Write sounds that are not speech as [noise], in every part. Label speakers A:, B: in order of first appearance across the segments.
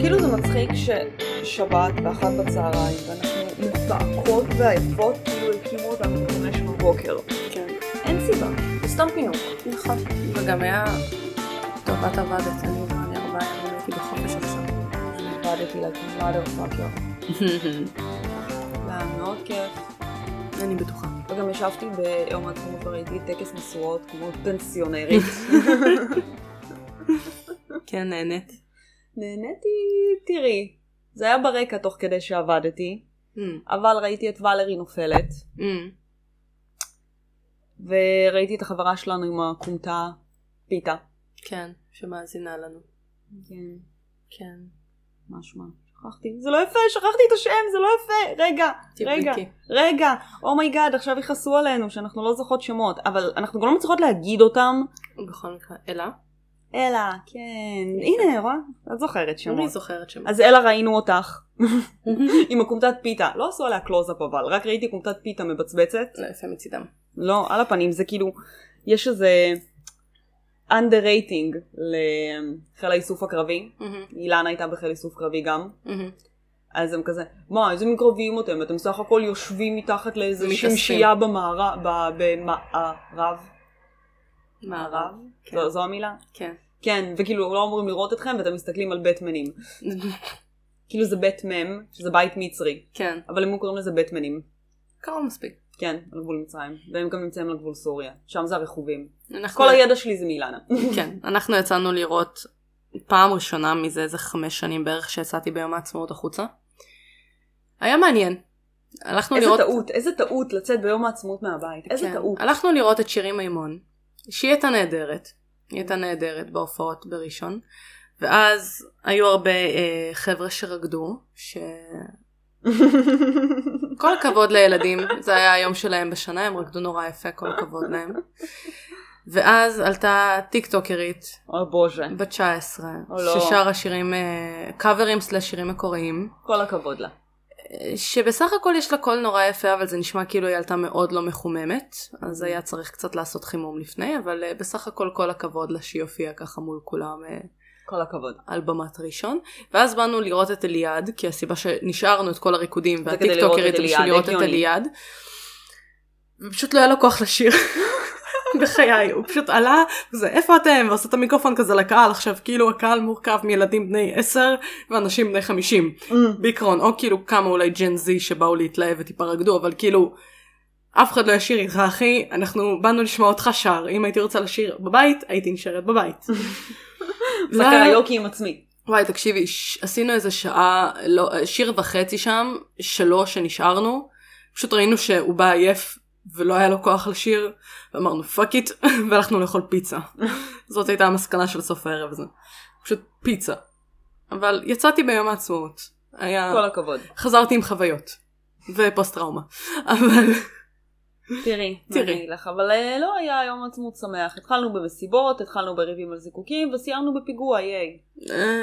A: כאילו מצחיק ששבת ואחת בצהריים, ואנחנו מתבעקות ועייפות, כאילו הקימו אותנו בחמש בבוקר.
B: כן.
A: אין סיבה, זה סתם פינוק.
B: נכון. וגם היה... טוב, את עבדת, אני עבדתי ארבעה ימים, הייתי בחופש עכשיו.
A: אני עבדתי like mother fucker. זה היה מאוד כיף.
B: אני בטוחה.
A: וגם ישבתי ביום העצמאות וראיתי טקס משואות כמו
B: [laughs]
A: פנסיונרית.
B: כן, נהנית.
A: נהניתי, תראי. זה היה ברקע תוך כדי שעבדתי,
B: אמ,
A: אבל ראיתי את ולרי נופלת, וראיתי את החברה שלנו עם הכומתה פיתה.
B: כן, שמאזינה לנו.
A: כן.
B: כן.
A: מה שמה? שכחתי. זה לא יפה, שכחתי את השם, זה לא יפה. רגע, רגע,
B: תבדקי.
A: רגע. אומייגאד, עכשיו יכעסו עלינו שאנחנו לא זוכרות שמות, אבל אנחנו גם לא מצליחות להגיד אותם.
B: בכל מקרה, אלה?
A: אלה, כן. הנה, רואה? את זוכרת
B: אני
A: שמות.
B: זוכרת שם.
A: אז אלה ראינו אותך, עם הכומתת פיתה. לא עשו עליה קלוזאפ אבל, רק ראיתי כומתת פיתה מבצבצת.
B: לא יפה מצידם.
A: לא, על הפנים, זה כאילו, יש איזה underrating לחיל האיסוף הקרבי.
B: אמ,
A: אילנה הייתה בחיל איסוף קרבי גם. אז הם כזה, מה, איזה מין קרביים אתם? אתם סך הכל יושבים מתחת לאיזה
B: מתאספים.
A: שמשייה במערב, במערב, מערב?
B: כן.
A: זו- זו המילה?
B: כן.
A: כן, וכאילו לא אמורים לראות אתכם ואתם מסתכלים על בטמנים. כאילו זה בית מם, שזה בית מצרי,
B: כן.
A: אבל הם קוראים לזה בטמנים.
B: קרוב מספיק.
A: כן, על גבול מצרים, והם גם נמצאים על גבול סוריה, שם זה הרכובים.
B: אנחנו-
A: כל הידע שלי זה מאילנה.
B: כן. אנחנו יצאנו לראות פעם ראשונה מזה איזה חמש שנים בערך שיצאתי ביום העצמאות החוצה. היה מעניין. הלכנו
A: איזה
B: לראות...
A: טעות, איזה טעות לצאת ביום העצמאות מהבית, איזה
B: כן.
A: טעות.
B: הלכנו לראות את שירי מימון, שהיא הייתה נהדרת. היא הייתה נהדרת בהופעות בראשון. ואז היו הרבה אה, חבר'ה שרקדו,
A: [laughs]
B: שכל הכבוד לילדים, זה היה היום שלהם בשנה, הם רקדו נורא יפה, כל הכבוד להם. ואז עלתה טיק טוקרית
A: או בוז'ה,
B: בת 19,
A: או לא.
B: ששרה שירים, אה, קאברים סלש שירים מקוריים,
A: כל הכבוד לה.
B: אה, שבסך הכל יש לה קול נורא יפה, אבל זה נשמע כאילו היא עלתה מאוד לא מחוממת, אז היה צריך קצת לעשות חימום לפני, אבל אה, בסך הכל כל הכבוד לה שהיא הופיעה ככה מול כולם אה,
A: כל הכבוד.
B: על במת ראשון. ואז באנו לראות את אליעד, כי הסיבה שנשארנו את כל הריקודים
A: כדי לראות את
B: והטיקטוקרית בשביל
A: אליעד,
B: לראות את
A: הגיוני.
B: אליעד. ופשוט לא היה לו כוח לשיר. [laughs] בחיי, הוא פשוט עלה, זה איפה אתם? ועשה את המיקרופון כזה לקהל, עכשיו כאילו הקהל מורכב מילדים בני 10 ואנשים בני 50. בעיקרון, או כאילו כמה אולי ג'ן זי שבאו להתלהב וטיפה רקדו, אבל כאילו, אף אחד לא ישיר איתך אחי, אנחנו באנו לשמוע אותך שר, אם הייתי רוצה לשיר בבית, הייתי נשארת בבית.
A: זה
B: לא היה-
A: קריוקי עם עצמי.
B: וואי תקשיבי ש- עשינו איזה שעה לא שיר וחצי שם שלוש שנשארנו פשוט ראינו שהוא בא עייף ולא היה לו כוח לשיר ואמרנו פאק איט [laughs] והלכנו לאכול פיצה זאת הייתה המסקנה של סוף הערב הזה פשוט פיצה אבל יצאתי ביום העצמאות היה
A: כל הכבוד.
B: חזרתי עם חוויות ופוסט טראומה אבל
A: תראי,
B: תראי.
A: תראי. מה אני אגיד לך, אבל אה, לא היה יום עצמות שמח. התחלנו במסיבות, התחלנו בריבים על זיקוקים, וסיימנו בפיגוע, ייי.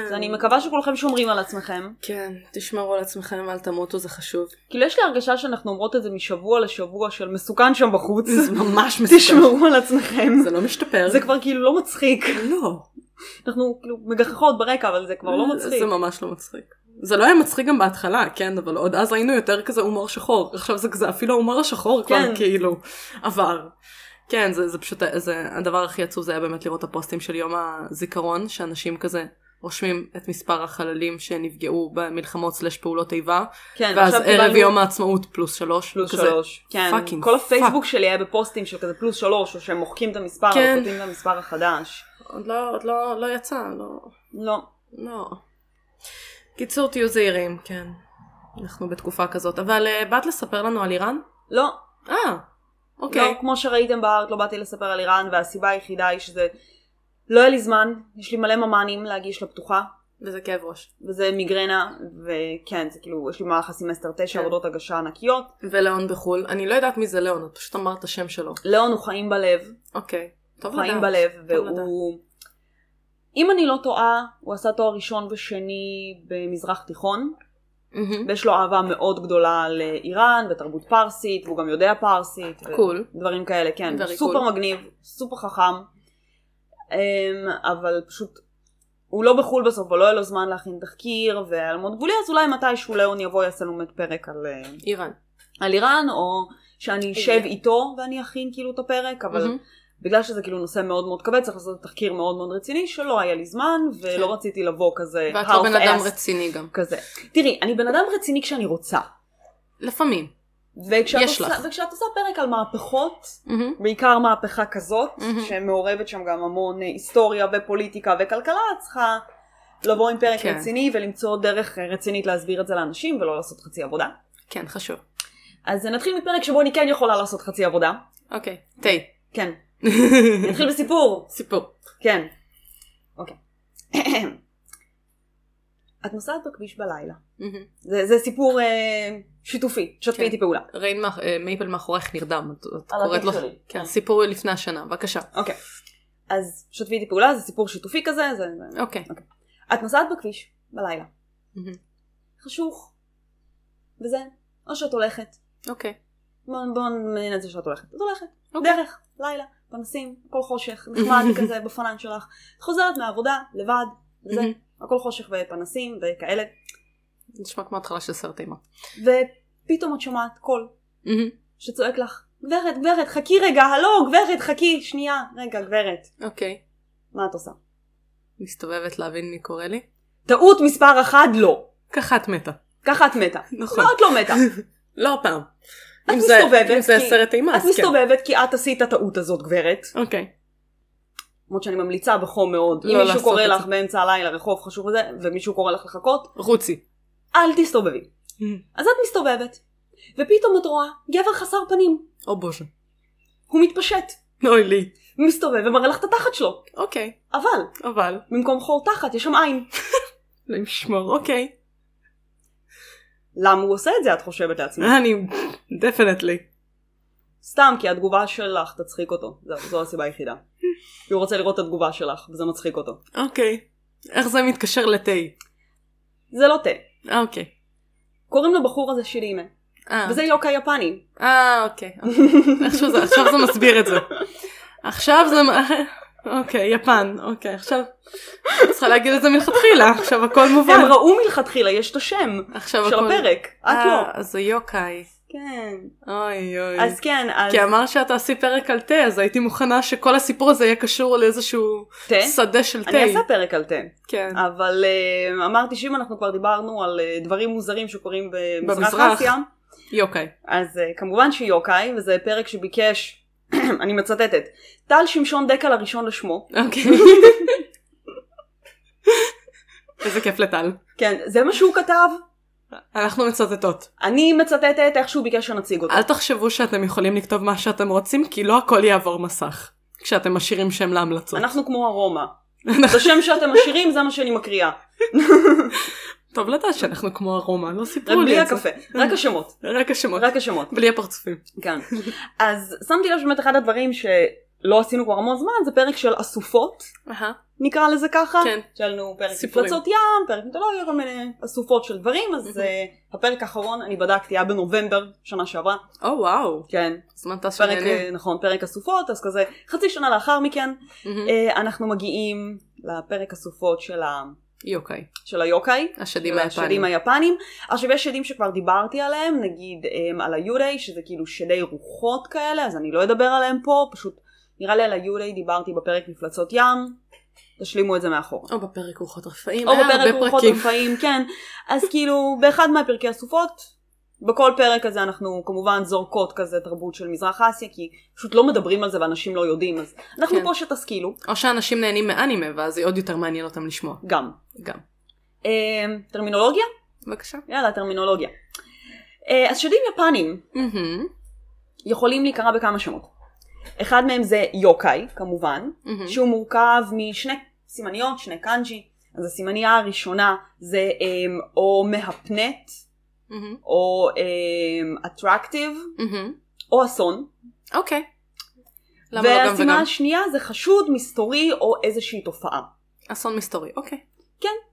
A: אז אני מקווה שכולכם שומרים על עצמכם.
B: אה, כן תשמרו על עצמכם ואל תמותו זה חשוב
A: כאילו יש לי הרגשה שאנחנו אומרות את זה משבוע לשבוע של מסוכן שם בחוץ.
B: [laughs] זה ממש
A: [laughs]
B: מסוכן
A: תשמרו על עצמכם.
B: זה לא משתפר
A: זה כבר כאילו לא מצחיק.
B: לא
A: אנחנו כאילו מגחכות ברקע, אבל זה כבר לא מצחיק.
B: זה ממש לא מצחיק. זה לא היה מצחיק גם בהתחלה, כן, אבל עוד אז היינו יותר כזה הומור שחור. עכשיו זה כזה, אפילו ההומור השחור כבר
A: כן.
B: כאילו עבר. כן, זה, זה פשוט, זה, הדבר הכי עצוב זה היה באמת לראות את הפוסטים של יום הזיכרון, שאנשים כזה רושמים את מספר החללים שנפגעו במלחמות סלש פעולות איבה,
A: כן,
B: ואז
A: עכשיו
B: ערב
A: קיבלנו
B: יום העצמאות פלוס שלוש.
A: פלוס
B: כזה,
A: שלוש. כן,
B: fucking
A: כל הפייסבוק שלי היה בפוסטים של כזה פלוס שלוש, או שהם מוחקים את המספר,
B: כן.
A: או כותבים את המספר החדש.
B: עוד לא, עוד לא, לא יצא, לא,
A: לא.
B: לא. קיצור, תהיו זהירים, כן. אנחנו בתקופה כזאת. אבל אה, באת לספר לנו על איראן?
A: לא,
B: אה,
A: אוקיי.
B: אוקיי.
A: לא, כמו שראיתם בארט לא באתי לספר על איראן, והסיבה היחידה היא שזה... לא היה לי זמן, יש לי מלא ממ"נים להגיש לפתוחה,
B: וזה כאב ראש.
A: וזה מיגרנה, וכן, זה כאילו, יש לי במהלך הסמסטר תשע
B: כן.
A: עבודות הגשה ענקיות.
B: ולאון בחו"ל, אני לא יודעת מי זה לאון, את פשוט אמרת את השם שלו.
A: ליאון הוא חיים בלב,
B: אוקיי. טוב
A: חיים
B: לדעת.
A: בלב,
B: טוב
A: והוא... אם אני לא טועה, הוא עשה תואר ראשון ושני במזרח תיכון,
B: מהמם.
A: ויש לו אהבה מאוד גדולה לאיראן, ותרבות פרסית, והוא גם יודע פרסית. ו-
B: קול.
A: דברים כאלה, כן.
B: Very
A: סופר
B: cool.
A: מגניב, סופר חכם, אמ, אבל פשוט הוא לא בחו"ל בסוף, אבל לא היה לו זמן להכין תחקיר ועל מונגוליה, אז אולי מתישהו ליאון יבוא יעשה לנו פרק על, אה,
B: איראן.
A: על איראן, או שאני אשב איתו ואני אכין כאילו את הפרק, אבל
B: מהמם.
A: בגלל שזה כאילו נושא מאוד מאוד כבד, צריך לעשות תחקיר מאוד מאוד רציני, שלא היה לי זמן, ולא
B: כן.
A: רציתי לבוא כזה
B: ואת לא בן אדם
A: half-assed
B: רציני גם.
A: כזה. תראי, אני בן אדם רציני כשאני רוצה.
B: לפעמים.
A: וכשאת
B: יש
A: עושה,
B: לך.
A: וכשאת עושה פרק על מהפכות,
B: מהמם.
A: בעיקר מהפכה כזאת,
B: מהמם.
A: שמעורבת שם גם המון אה, היסטוריה ופוליטיקה וכלכלה, את צריכה לבוא עם פרק
B: כן.
A: רציני ולמצוא דרך אה, רצינית להסביר את זה לאנשים ולא לעשות חצי עבודה.
B: כן, חשוב.
A: אז אה, נתחיל מפרק שבו אני כן יכולה לעשות חצי עבודה.
B: אוקיי, תה. [laughs]
A: כן. נתחיל בסיפור.
B: סיפור.
A: כן. אוקיי. [clears throat] את נוסעת בכביש בלילה.
B: מהמם.
A: זה, זה סיפור אה, שיתופי, שתפי
B: כן.
A: איתי פעולה.
B: ריין מאח- אה, מייפל מאחורך נרדם, את את
A: על
B: קוראת
A: הפה
B: לו.
A: שלי.
B: כן, סיפור לפני השנה, בבקשה.
A: אוקיי. אז שתפי איתי פעולה, זה סיפור שיתופי כזה, זה... זה-
B: אוקיי.
A: את נוסעת בכביש, בלילה.
B: מהמם.
A: חשוך. וזה, או שאת הולכת.
B: אוקיי.
A: בואו בוא נמיין את זה שאת הולכת. את הולכת.
B: אוקיי.
A: דרך, לילה, פנסים, הכל חושך, נחמד
B: [laughs]
A: כזה בפנן שלך. את חוזרת מהעבודה, לבד, וזה,
B: מהמם.
A: הכל חושך ופנסים וכאלה.
B: נשמע כמו התחלה של סרט אימה.
A: ופתאום את שומעת קול
B: מהמם.
A: שצועק לך, גברת, גברת, חכי רגע, הלו, גברת, חכי, שנייה, רגע, גברת.
B: אוקיי.
A: מה את עושה?
B: מסתובבת להבין מי קורא לי.
A: טעות מספר אחת, לא.
B: ככה את מתה.
A: ככה את מתה.
B: נכון.
A: לא, את לא מתה.
B: לא הפעם.
A: את
B: [laughs] אם זה-
A: מסתובבת,
B: אם זה
A: כי-
B: סרט אימה,
A: את
B: אז כן.
A: מסתובבת כי את עשית הטעות הזאת, גברת.
B: אוקיי.
A: למרות שאני ממליצה בחום מאוד.
B: לא
A: אם מישהו
B: לעשות
A: קורא
B: את
A: לך
B: זה.
A: באמצע הלילה רחוב חשוב וזה, ומישהו קורא לך לחכות,
B: רוצי.
A: אל תסתובבי. אז את מסתובבת, ופתאום את רואה גבר חסר פנים.
B: או בוז'ה.
A: הוא מתפשט,
B: אוי לי.
A: מסתובב ומראה לך את התחת שלו.
B: אוקיי.
A: אבל,
B: אבל.
A: במקום חור תחת, יש שם עין.
B: לא ישמור. אוקיי.
A: למה הוא עושה את זה, את חושבת לעצמך?
B: אני... דפנטלי.
A: סתם, כי התגובה שלך תצחיק אותו. זו, זו הסיבה היחידה. כי הוא רוצה לראות את התגובה שלך, וזה מצחיק אותו.
B: אוקיי. איך זה מתקשר לתה?
A: זה לא תה.
B: אה, אוקיי.
A: קוראים לבחור הזה שירימה.
B: אה.
A: וזה יוקה יפני.
B: אה, אוקיי. אוקיי. עכשיו זה- עכשיו זה מסביר את זה. עכשיו זה... מ- [laughs] אוקיי, יפן. אוקיי, עכשיו... צריכה להגיד את זה מלכתחילה. עכשיו הכל מובן.
A: הם ראו מלכתחילה, יש את השם
B: עכשיו
A: של
B: הכל...
A: הפרק. את לא.
B: אה, אז זה יוקאי.
A: כן.
B: אוי אוי.
A: אז כן, אז
B: כי אמר שאת תעשי פרק על תה, אז הייתי מוכנה שכל הסיפור הזה יהיה קשור לאיזשהו
A: תה.
B: שדה של תה.
A: אני אעשה פרק על תה,
B: כן.
A: אבל אה, אמרתי שאם אנחנו כבר דיברנו על אה, דברים מוזרים שקורים במזרח
B: במזרח.
A: אסיה,
B: יוקאי.
A: אז אה, כמובן שיוקאי, וזה פרק שביקש, [clears throat] אני מצטטת, טל שמשון דקל הראשון לשמו, [laughs]
B: אוקיי. איזה כיף לטל.
A: כן, זה מה שהוא כתב,
B: אנחנו מצטטות.
A: אני מצטטת איך שהוא ביקש שנציג אותו.
B: אל תחשבו שאתם יכולים לכתוב מה שאתם רוצים, כי לא הכל יעבור מסך. כשאתם משאירים שם להמלצות.
A: אנחנו כמו [laughs] הרומא. את השם שאתם משאירים זה מה שאני מקריאה,
B: טוב לדעת שאנחנו כמו הרומא, לא
A: רק
B: סיפרו
A: בלי
B: לי את זה.
A: הקפה, רק השמות,
B: רק השמות.
A: רק השמות.
B: בלי הפרצופים.
A: כן. אז שמתי לב שבאמת אחד הדברים שלא עשינו כבר המון זמן זה פרק של אסופות, נקרא לזה ככה.
B: כן.
A: יש לנו פרק
B: סיפורים.
A: מפלצות ים, פרק מיתולוגיה, כל מיני אסופות של דברים, אז
B: מהמם.
A: אה, הפרק האחרון אני בדקתי היה בנובמבר שנה שעברה.
B: או וואו.
A: כן.
B: זמן טס של
A: פרק,
B: עניינים.
A: אה, נכון, פרק אסופות, אז כזה חצי שנה לאחר מכן
B: מהמם.
A: אה, אנחנו מגיעים לפרק אסופות של ה-
B: יוקאי.
A: של היוקאי.
B: אוקיי. השדים
A: של
B: היפנים.
A: השדים היפנים. עכשיו יש שדים שכבר דיברתי עליהם, נגיד הם, על היוריי, שזה כאילו שדי רוחות כאלה, אז אני לא אדבר עליהם פה, פשוט נראה לי על היוריי דיברתי בפרק מפלצות ים, תשלימו את זה מאחורה.
B: או בפרק רוחות רפאים.
A: או
B: היה
A: בפרק
B: הרבה
A: רוחות
B: פרקים.
A: רפאים, כן. אז כאילו באחד מהפרקי הסופות, בכל פרק הזה אנחנו כמובן זורקות כזה תרבות של מזרח אסיה, כי פשוט לא מדברים על זה ואנשים לא יודעים, אז אנחנו
B: כן.
A: פה שתשכילו,
B: או שאנשים נהנים מאנימה, ואז זה עוד יותר מעניין אותם לשמוע.
A: גם.
B: גם.
A: אה, טרמינולוגיה?
B: בבקשה.
A: יאללה, טרמינולוגיה. אה, אז שדים יפנים,
B: מהמם.
A: יכולים להיקרא בכמה שמות. אחד מהם זה יוקאי, כמובן,
B: מהמם.
A: שהוא מורכב משני סימניות, שני קאנג'י. אז הסימניה הראשונה זה אמ, או מהפנט,
B: מהמם.
A: או אטרקטיב,
B: מהמם.
A: או אסון.
B: אוקיי. למה לא גם
A: והסימן
B: וגם?
A: השנייה זה חשוד, מסתורי, או איזושהי תופעה.
B: אסון מסתורי. אוקיי.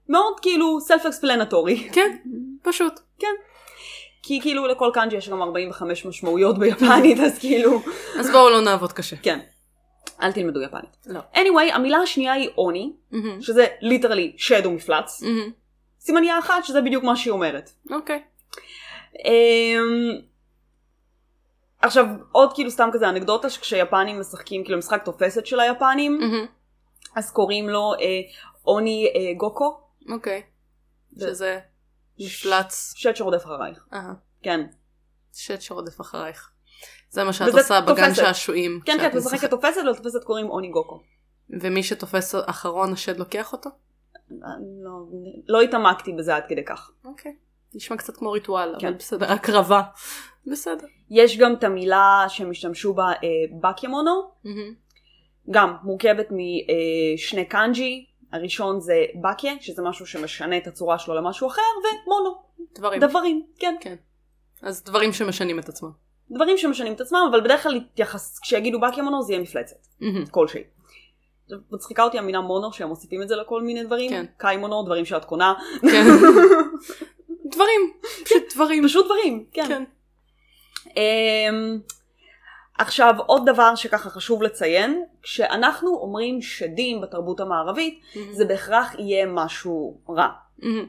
A: מאוד כאילו סלף אקספלנטורי.
B: כן. פשוט.
A: [laughs] כי כאילו לכל
B: [laughs]
A: קאנג'י יש גם 45 משמעויות ביפנית, אז כאילו...
B: אז בואו לא נעבוד קשה.
A: כן. אל תלמדו יפנית.
B: לא. Mm.
A: anyway, המילה השנייה היא עוני,
B: מהמם.
A: שזה ליטרלי שד ומפלץ.
B: מהמם.
A: סימניה אחת שזה בדיוק מה שהיא אומרת.
B: אוקיי.
A: אמ, עכשיו עוד כאילו סתם כזה אנקדוטה שכשיפנים משחקים כאילו משחק תופסת של היפנים
B: מהמם.
A: אז קוראים לו אה, אוני אה, גוקו
B: אוקיי.
A: זה-
B: שזה מפלץ.
A: שד שרודף אחרייך
B: אהה.
A: כן
B: שט שרודף אחרייך. זה מה שאת
A: וזה
B: עושה בגן
A: תופסת.
B: שעשועים.
A: כן כן
B: שאת
A: את משחקת תופסת ולתופסת קוראים אוני גוקו
B: ומי שתופס אחרון השד לוקח אותו?
A: אה, לא- לא התעמקתי בזה עד כדי כך
B: אוקיי. נשמע קצת כמו ריטואל, אבל
A: כן.
B: בסדר, הקרבה. בסדר.
A: יש גם את המילה שהם השתמשו בה אה, בקימונו
B: מהמם.
A: גם מורכבת משני קאנג'י הראשון זה בקיה שזה משהו שמשנה את הצורה שלו למשהו אחר ומונו
B: דברים.
A: דברים כן
B: אז דברים שמשנים את עצמם.
A: דברים שמשנים את עצמם, אבל בדרך כלל יתייחס, כשיגידו בקימונו זה יהיה מפלצת,
B: מהמם.
A: כלשהי. עכשיו, מצחיקה אותי המילה מונו שהם מוסיפים את זה לכל מיני דברים,
B: כן.
A: קיימונו, דברים שאת
B: [laughs]
A: קונה,
B: [laughs]
A: [laughs]
B: כן. דברים. פשוט דברים.
A: פשוט דברים, [laughs] כן.
B: כן.
A: אמ, עכשיו עוד דבר שככה חשוב לציין, כשאנחנו אומרים שדים בתרבות המערבית, זה בהכרח יהיה משהו רע.
B: מהמם.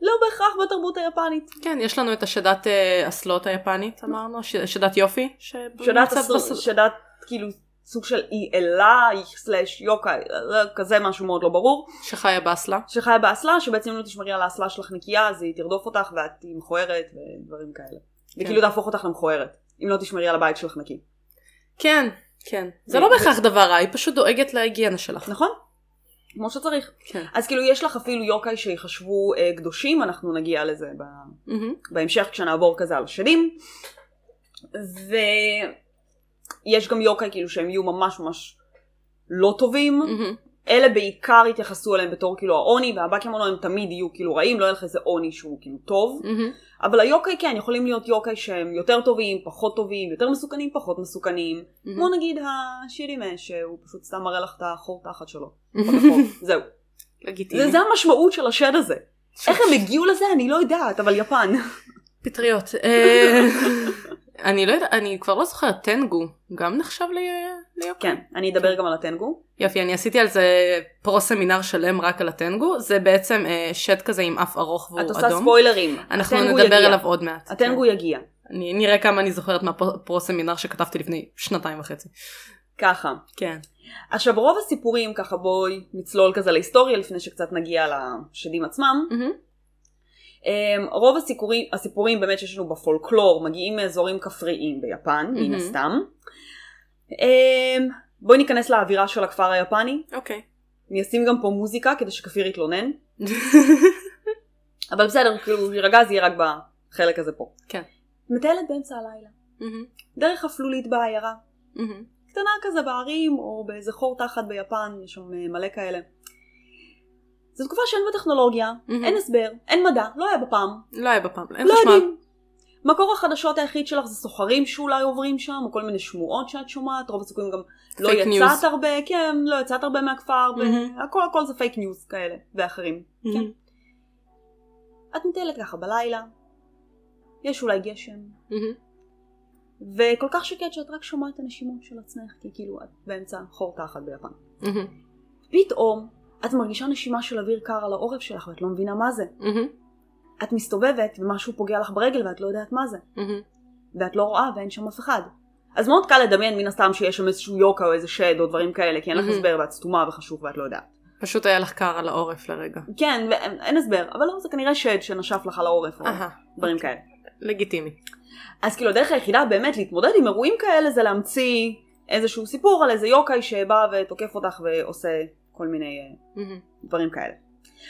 A: לא בהכרח בתרבות היפנית.
B: Mm-hmm. כן, יש לנו את השדת אה, אסלות היפנית, אמרנו, ש- שדת יופי.
A: שדת,
B: שנמצאת
A: אסור-
B: בס-
A: שדת כאילו סוג של אי אלה, סלאש יוקאי, לא, כזה משהו מאוד לא ברור.
B: שחיה באסלה.
A: שחיה באסלה, שבעצם אם לא תשמרי על האסלה שלך נקייה, אז היא תרדוף אותך ואת תהיי מכוערת ודברים כאלה. וכאילו תהפוך אותך למכוערת, אם לא תשמרי על הבית שלך נקי.
B: כן, כן. זה
A: ו-
B: לא
A: ו-
B: בהכרח דבר רע, היא פשוט דואגת להיגיינה שלך.
A: נכון? כמו שצריך.
B: כן.
A: אז כאילו יש לך אפילו יוקאי שיחשבו אה, קדושים, אנחנו נגיע לזה ב-
B: מהמם.
A: בהמשך כשנעבור כזה על השדים. ויש גם יוקאי כאילו שהם יהיו ממש ממש לא טובים.
B: מהמם.
A: אלה בעיקר התייחסו אליהם בתור כאילו העוני, והבקימונו הם תמיד יהיו כאילו רעים, לא יהיה לך איזה עוני שהוא כאילו טוב.
B: מהמם.
A: אבל היוקאי כן, יכולים להיות יוקאי שהם יותר טובים, פחות טובים, יותר מסוכנים, פחות מסוכנים.
B: מהמם.
A: כמו נגיד השירימה, שהוא פשוט סתם מראה לך את החור תחת שלו.
B: מהמם.
A: זהו.
B: לגיטימי.
A: נכון.
B: [laughs]
A: זה, זה המשמעות של השד הזה. איך הם הגיעו לזה אני לא יודעת, אבל יפן.
B: פטריות.
A: [laughs]
B: אה, אני לא יודעת, אני כבר לא זוכרת, טנגו גם נחשב ל- ליוקר.
A: כן, אני אדבר גם על הטנגו.
B: יופי, אני עשיתי על זה פרו סמינר שלם רק על הטנגו, זה בעצם אה, שט כזה עם אף ארוך והוא
A: את
B: אדום.
A: עושה ספוילרים.
B: אנחנו
A: הטנגו
B: נדבר
A: יגיע.
B: עליו עוד מעט.
A: הטנגו יגיע.
B: כן. אני נראה כמה אני זוכרת מהפרו סמינר שכתבתי לפני שנתיים וחצי.
A: ככה.
B: כן.
A: עכשיו רוב הסיפורים, ככה בואי נצלול כזה להיסטוריה לפני שקצת נגיע לשדים עצמם. Um, רוב הסיפורים, הסיפורים באמת שיש לנו בפולקלור מגיעים מאזורים כפריים ביפן, mm-hmm. מן
B: מהמם.
A: הסתם. Um, בואי ניכנס לאווירה של הכפר היפני,
B: [laughs] אוקיי.
A: אני אשים גם פה מוזיקה כדי שכפיר יתלונן, אבל בסדר, כאילו הוא יירגע זה יהיה רק בחלק הזה פה.
B: כן.
A: מטיילת באמצע הלילה, דרך אפלולית בעיירה, קטנה כזה בערים או באיזה חור תחת ביפן, יש שם אה, מלא כאלה. זו תקופה שאין בה טכנולוגיה,
B: מהמם.
A: אין הסבר, אין מדע, לא היה בפעם.
B: לא היה בפעם, אין
A: לא
B: חשמל.
A: יודעים. מקור החדשות היחיד שלך זה סוחרים שאולי עוברים שם, או כל מיני שמועות שאת שומעת, רוב הסיכויים גם לא
B: Fake
A: יצאת
B: news.
A: הרבה, כן, לא יצאת הרבה מהכפר,
B: מהמם.
A: והכל הכל זה פייק ניוז כאלה, ואחרים.
B: מהמם.
A: את מטיילת ככה בלילה, יש אולי גשם,
B: מהמם.
A: וכל כך שקט שאת רק שומעת את הנשימות של עצמך, כי כאילו את באמצע חור תחת ביפן.
B: מהמם.
A: פתאום את מרגישה נשימה של אוויר קר על העורף שלך ואת לא מבינה מה זה.
B: מהמם.
A: את מסתובבת ומשהו פוגע לך ברגל ואת לא יודעת מה זה.
B: מהמם.
A: ואת לא רואה ואין שם אף אחד. אז מאוד קל לדמיין מן הסתם שיש שם איזשהו יוקה או איזה שד או דברים כאלה, כי אין לך
B: מהמם.
A: הסבר ואת סתומה וחשוך ואת לא יודעת.
B: פשוט היה לך קר על העורף לרגע.
A: כן, ואין אין הסבר, אבל לא, זה כנראה שד שנשף לך על העורף או
B: אהה,
A: דברים כאלה.
B: לגיטימי.
A: אז כאילו הדרך היחידה באמת להתמודד עם אירועים כאלה זה להמציא איזשהו סיפור על איזה יוקאי שבא ותוקף אותך ועושה כל מיני אה,
B: מהמם.
A: דברים כאלה.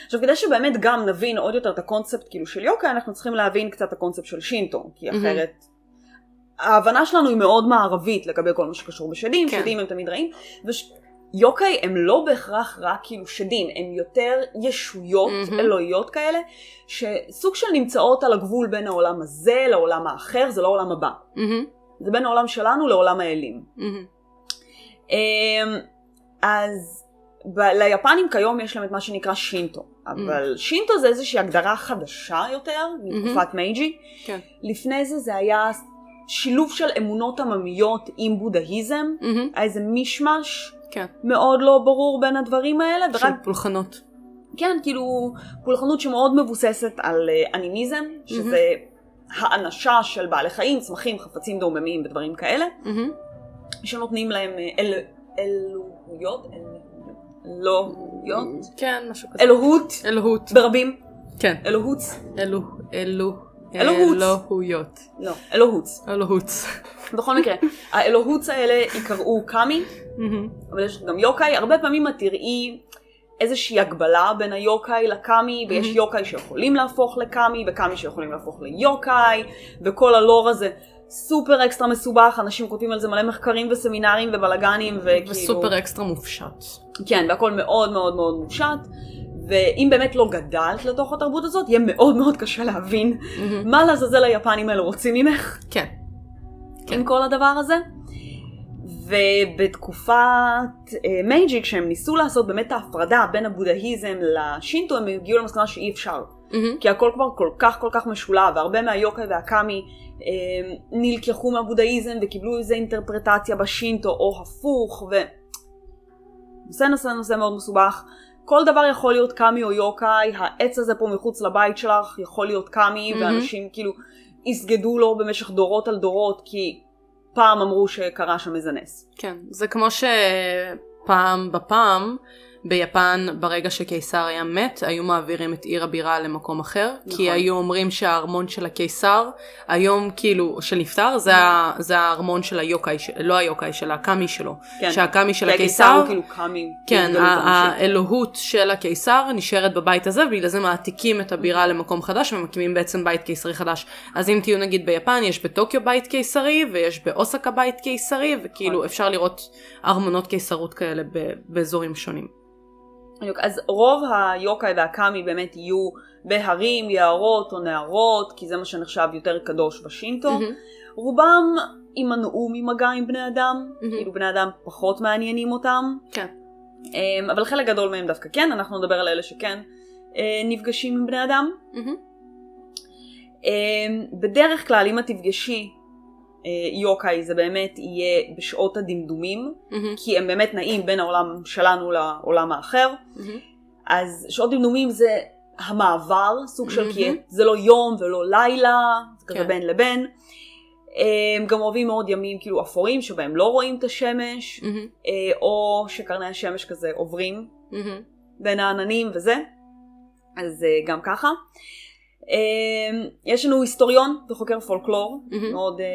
A: עכשיו כדי שבאמת גם נבין עוד יותר את הקונספט כאילו של יוקה אנחנו צריכים להבין קצת את הקונספט של שינטו כי
B: מהמם.
A: אחרת ההבנה שלנו היא מאוד מערבית לגבי כל מה שקשור בשדים,
B: כן.
A: שדים הם תמיד רעים ויוקאי הם לא בהכרח רק כאילו שדים הם יותר ישויות
B: מהמם.
A: אלוהיות כאלה שסוג של נמצאות על הגבול בין העולם הזה לעולם האחר זה לא העולם הבא
B: מהמם.
A: זה בין העולם שלנו לעולם האלים.
B: מהמם.
A: אמ, אז ב- ליפנים כיום יש להם את מה שנקרא שינטו, אבל שינטו זה איזושהי הגדרה חדשה יותר, מתקופת מייג'י.
B: כן.
A: לפני זה זה היה שילוב של אמונות עממיות עם בודהיזם,
B: מהמם.
A: היה איזה מישמש
B: כן.
A: מאוד לא ברור בין הדברים האלה,
B: של
A: ורק
B: פולחנות.
A: כן, כאילו, פולחנות שמאוד מבוססת על אה, אנימיזם, שזה האנשה של בעלי חיים, צמחים, חפצים דוממים ודברים כאלה,
B: מהמם.
A: שנותנים להם אה, אל... אלוהויות? אל- אלוהויות?
B: כן, משהו כזה.
A: אלוהות,
B: אלוהות.
A: ברבים,
B: כן.
A: אלוהות,
B: אלו. אלו.
A: אלוהות.
B: אלוהויות.
A: לא, אלוהות.
B: אלוהות.
A: בכל מקרה, האלוהות האלה ייקראו קאמי,
B: מהמם.
A: אבל יש גם יוקאי, הרבה פעמים את תראי איזושהי הגבלה בין היוקאי לקאמי, ויש
B: Mhm.
A: יוקאי שיכולים להפוך לקאמי, וקאמי שיכולים להפוך ליוקאי, וכל הלור הזה סופר אקסטרה מסובך, אנשים כותבים על זה מלא מחקרים וסמינרים ובלאגנים, וכאילו...
B: וסופר אקסטרה מופשט.
A: כן, והכל מאוד מאוד מאוד מופשט. ואם באמת לא גדלת לתוך התרבות הזאת, יהיה מאוד מאוד קשה להבין
B: מהמם.
A: מה לעזאזל היפנים האלה רוצים ממך.
B: כן. כן.
A: עם כל הדבר הזה. ובתקופת אה, מייג'י, כשהם ניסו לעשות באמת את ההפרדה בין הבודהיזם לשינטו, הם הגיעו למסקנה שאי אפשר.
B: מהמם.
A: כי הכל כבר כל כך כל כך משולב, והרבה מהיוקאי והקאמי אה, נלקחו מהבודהיזם וקיבלו איזה אינטרפרטציה בשינטו, או הפוך, ו... נושא נושא נושא מאוד מסובך. כל דבר יכול להיות קאמי או יוקאי, העץ הזה פה מחוץ לבית שלך יכול להיות קאמי,
B: מהמם.
A: ואנשים כאילו יסגדו לו במשך דורות על דורות, כי פעם אמרו שקרה שם איזה נס.
B: כן. זה כמו שפעם בפעם. ביפן ברגע שקיסר היה מת היו מעבירים את עיר הבירה למקום אחר נכון.
A: נכון.
B: כי היו אומרים שהארמון של הקיסר היום כאילו שנפטר זה, ה- זה הארמון של היוקאי של- לא היוקאי של הקאמי שלו
A: כן.
B: שהקאמי של
A: כי
B: הקיסר
A: הוא כאילו קאמי. כאילו,
B: כן,
A: בהתגלות
B: ה-
A: האנושית.
B: האלוהות של הקיסר נשארת בבית הזה, ובגלל זה מעתיקים את הבירה למקום חדש ומקימים בעצם בית קיסרי חדש. אז אם תהיו נגיד ביפן, יש בטוקיו בית קיסרי, ויש באוסקה בית קיסרי, וכאילו
A: נכון.
B: אפשר לראות ארמונות קיסרות כאלה ב- באזורים שונים.
A: בדיוק. אז רוב היוקאי והקאמי באמת יהיו בהרים, יערות או נהרות, כי זה מה שנחשב יותר קדוש בשינטו.
B: מהמם.
A: רובם יימנעו ממגע עם בני אדם,
B: מהמם.
A: כאילו בני אדם פחות מעניינים אותם,
B: כן.
A: אמ, אבל חלק גדול מהם דווקא כן, אנחנו נדבר על אלה שכן אה, נפגשים עם בני אדם.
B: מהמם.
A: אמ, בדרך כלל אם את תפגשי אה, יוקאי זה באמת יהיה בשעות הדמדומים,
B: מהמם.
A: כי הם באמת נעים בין העולם שלנו לעולם האחר.
B: מהמם.
A: אז שעות דמדומים זה המעבר, סוג של כי
B: מהמם.
A: זה לא יום ולא לילה, זה כזה
B: כן.
A: בין לבין. הם גם אוהבים מאוד ימים כאילו אפורים שבהם לא רואים את השמש,
B: מהמם.
A: אה, או שקרני השמש כזה עוברים
B: מהמם.
A: בין העננים וזה, אז אה, גם ככה. אה, יש לנו היסטוריון וחוקר פולקלור
B: מהמם.
A: מאוד אה,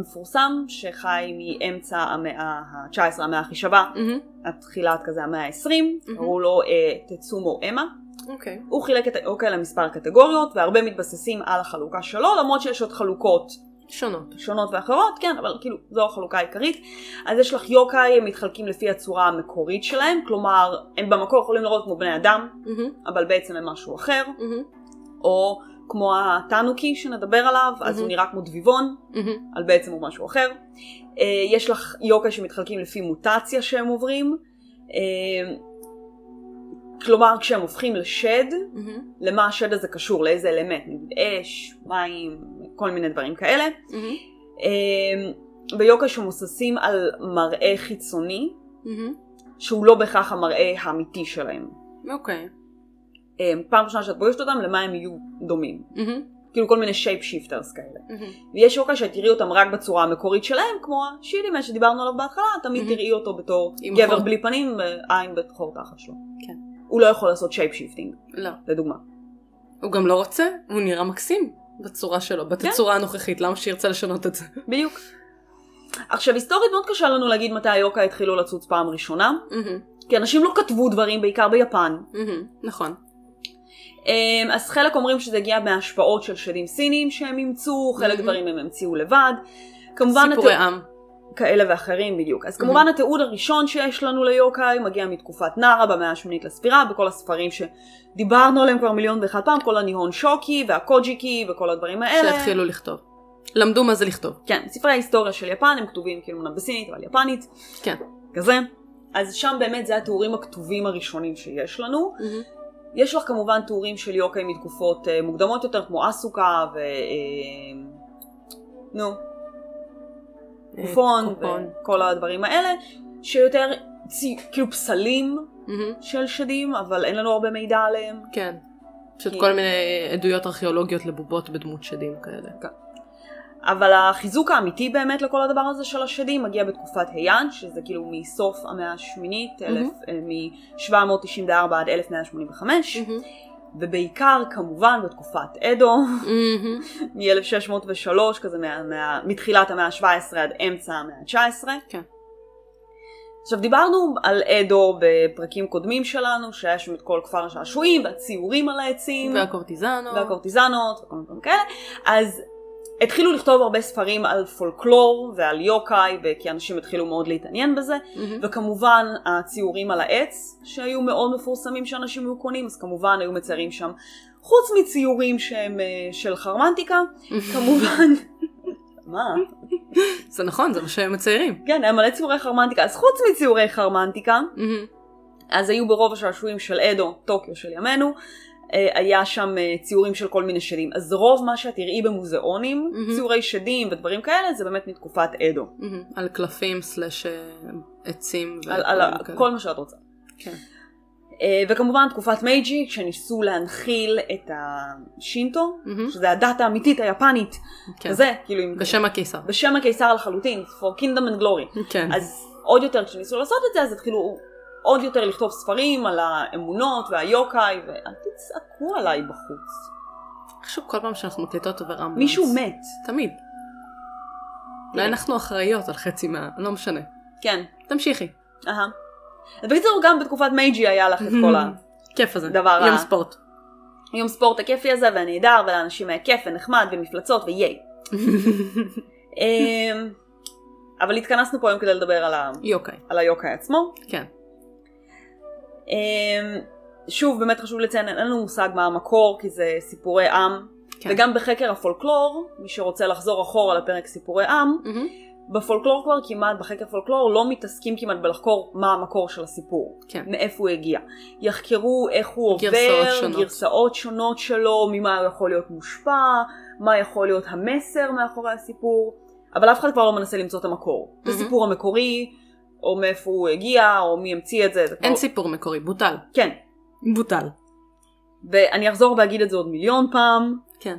A: מפורסם, שחי מאמצע המאה ה-19, המאה החישבה,
B: מהמם.
A: עד תחילת כזה המאה ה-20,
B: מהמם.
A: קראו לו אה, תצומו אמה.
B: אוקיי.
A: הוא חילק את האוכל למספר קטגוריות, והרבה מתבססים על החלוקה שלו, למרות שיש עוד חלוקות
B: שונות.
A: שונות ואחרות, כן, אבל כאילו, זו החלוקה העיקרית. אז יש לך יוקאי, הם מתחלקים לפי הצורה המקורית שלהם, כלומר, הם במקור יכולים לראות כמו בני אדם,
B: מהמם.
A: אבל בעצם הם משהו אחר,
B: מהמם.
A: או כמו הטנוקי שנדבר עליו, אז הוא
B: מהמם.
A: נראה כמו דביבון,
B: מהמם.
A: אבל בעצם הוא משהו אחר. אה, יש לך יוקאי שמתחלקים לפי מוטציה שהם עוברים. אה, כלומר, כשהם הופכים לשד,
B: מהמם.
A: למה השד הזה קשור, לאיזה אלמנט, נגיד אש, מים, כל מיני דברים כאלה.
B: מהמם.
A: אמ, ביוקה שמוססים על מראה חיצוני,
B: מהמם.
A: שהוא לא בהכרח המראה האמיתי שלהם.
B: אוקיי.
A: אמ, פעם ראשונה שאת פוגשת אותם, למה הם יהיו דומים.
B: מהמם.
A: כאילו כל מיני שייפ שיפטרס כאלה.
B: מהמם.
A: ויש יוקה שאת תראי אותם רק בצורה המקורית שלהם, כמו השילימן שדיברנו עליו בהתחלה, תמיד
B: Mhm.
A: תראי אותו בתור
B: עם
A: גבר
B: חור.
A: בלי פנים ועין בתחור תחת שלו.
B: כן.
A: הוא לא יכול לעשות שייפ שיפטינג,
B: לא.
A: לדוגמה.
B: הוא גם לא רוצה, הוא נראה מקסים בצורה שלו, בתצורה הנוכחית, למה שירצה לשנות את זה?
A: בדיוק. עכשיו, היסטורית מאוד קשה לנו להגיד מתי היוקה התחילו לצוץ פעם ראשונה, כי אנשים לא כתבו דברים, בעיקר ביפן.
B: נכון.
A: אמ, אז חלק אומרים שזה הגיע מההשפעות של שדים סינים שהם אימצו, חלק
B: מהמם.
A: דברים הם המציאו לבד. כמובן,
B: Mm-hmm. סיפורי
A: התיאור-
B: עם. Mm-hmm.
A: כאלה ואחרים בדיוק. אז כמובן התיעוד הראשון שיש לנו ליוקאי מגיע מתקופת נארה במאה השמינית לספירה, בכל הספרים שדיברנו עליהם כבר מיליון ואחת פעם, כל הניהון שוקי והקוג'יקי וכל הדברים האלה.
B: שהתחילו לכתוב. למדו מה זה לכתוב.
A: כן, ספרי ההיסטוריה של יפן הם כתובים כאילו אמנם בסינית אבל יפנית.
B: כן.
A: כזה. אז שם באמת זה התיאורים הכתובים הראשונים שיש לנו. יש לך כמובן תיאורים של יוקאי מתקופות אה, מוקדמות יותר, כמו אסוקה ו... אה, נו,
B: אה,
A: קופון
B: קופון.
A: וכל הדברים האלה, שיותר צי, כאילו פסלים
B: מהמם.
A: של שדים, אבל אין לנו הרבה מידע עליהם.
B: כן. פשוט
A: כן.
B: כל מיני עדויות ארכיאולוגיות לבובות בדמות שדים כאלה.
A: אבל החיזוק האמיתי באמת לכל הדבר הזה של השדים מגיע בתקופת היאן, שזה כאילו מסוף המאה השמינית, אלף- אה, מ-794 עד 1185,
B: מהמם.
A: ובעיקר כמובן בתקופת [laughs] אדו,
B: מהמם.
A: מ-1603, כזה מה, מה, מתחילת המאה ה-17 עד אמצע המאה ה-19.
B: כן.
A: עכשיו דיברנו על אדו בפרקים קודמים שלנו, שהיה שם את כל כפר השעשועים והציורים על העצים.
B: והקורטיזנו.
A: והקורטיזנות וכל מיני דברים כאלה, אז התחילו לכתוב הרבה ספרים על פולקלור ועל יוקאי, כי אנשים התחילו מאוד להתעניין בזה,
B: מהמם.
A: וכמובן הציורים על העץ, שהיו מאוד מפורסמים שאנשים היו קונים, אז כמובן היו מציירים שם, חוץ מציורים שהם אה, של חרמנטיקה, כמובן... [laughs] מה?
B: זה נכון, זה מה שהם מציירים.
A: כן, היה מלא ציורי חרמנטיקה, אז חוץ מציורי חרמנטיקה,
B: מהמם.
A: אז היו ברוב השעשועים של אדו, טוקיו של ימינו, אה, היה שם אה, ציורים של כל מיני שדים. אז רוב מה שאת תראי במוזיאונים,
B: מהמם. אוקיי,
A: ציורי שדים ודברים כאלה, זה באמת מתקופת אדו.
B: מהמם. על קלפים סלאש אה, עצים.
A: על,
B: ודברים
A: על ה-
B: כאלה.
A: כל מה שאת רוצה.
B: אוקיי. כן.
A: אה, וכמובן תקופת מייג'י, כשניסו להנחיל את השינטו,
B: מהמם.
A: שזה הדת האמיתית היפנית,
B: כן.
A: כזה, כאילו, עם-
B: בשם הקיסר.
A: בשם הקיסר לחלוטין, for kingdom and glory.
B: כן.
A: אז עוד יותר כשניסו לעשות את זה, אז התחילו עוד יותר לכתוב ספרים על האמונות והיוקאי, ואל תצעקו עליי בחוץ.
B: עכשיו כל פעם שאנחנו מקליטות עובר אמבולנס.
A: מישהו מת.
B: תמיד. אולי אנחנו אחראיות על חצי מה... לא משנה.
A: כן.
B: תמשיכי.
A: אהה. אז בקיצור, גם בתקופת מייג'י היה לך את כל
B: כיף הזה.
A: דבר
B: יום
A: רע.
B: ספורט.
A: [laughs] היום ספורט הכיפי הזה, והנהדר, ולאנשים היה כיף ונחמד, ומפלצות, וייי. אמ, אבל התכנסנו פה היום כדי לדבר על ה-
B: יוקיי.
A: על היוקאי עצמו.
B: כן.
A: אמ, שוב, באמת חשוב לציין, אין לנו מושג מה המקור, כי זה סיפורי עם.
B: כן.
A: וגם בחקר הפולקלור, מי שרוצה לחזור אחורה לפרק סיפורי עם,
B: מהמם.
A: בפולקלור כבר כמעט, בחקר פולקלור, לא מתעסקים כמעט בלחקור מה המקור של הסיפור.
B: כן.
A: מאיפה הוא הגיע. יחקרו איך הוא עובר,
B: גרסאות שונות.
A: גרסאות שונות שלו, ממה הוא יכול להיות מושפע, מה יכול להיות המסר מאחורי הסיפור, אבל אף אחד כבר לא מנסה למצוא את המקור. את
B: מהמם.
A: הסיפור המקורי, או מאיפה הוא הגיע, או מי המציא את זה. זה כבר-
B: אין סיפור מקורי. בוטל.
A: כן.
B: בוטל.
A: ואני אחזור ואגיד את זה עוד מיליון פעם.
B: כן.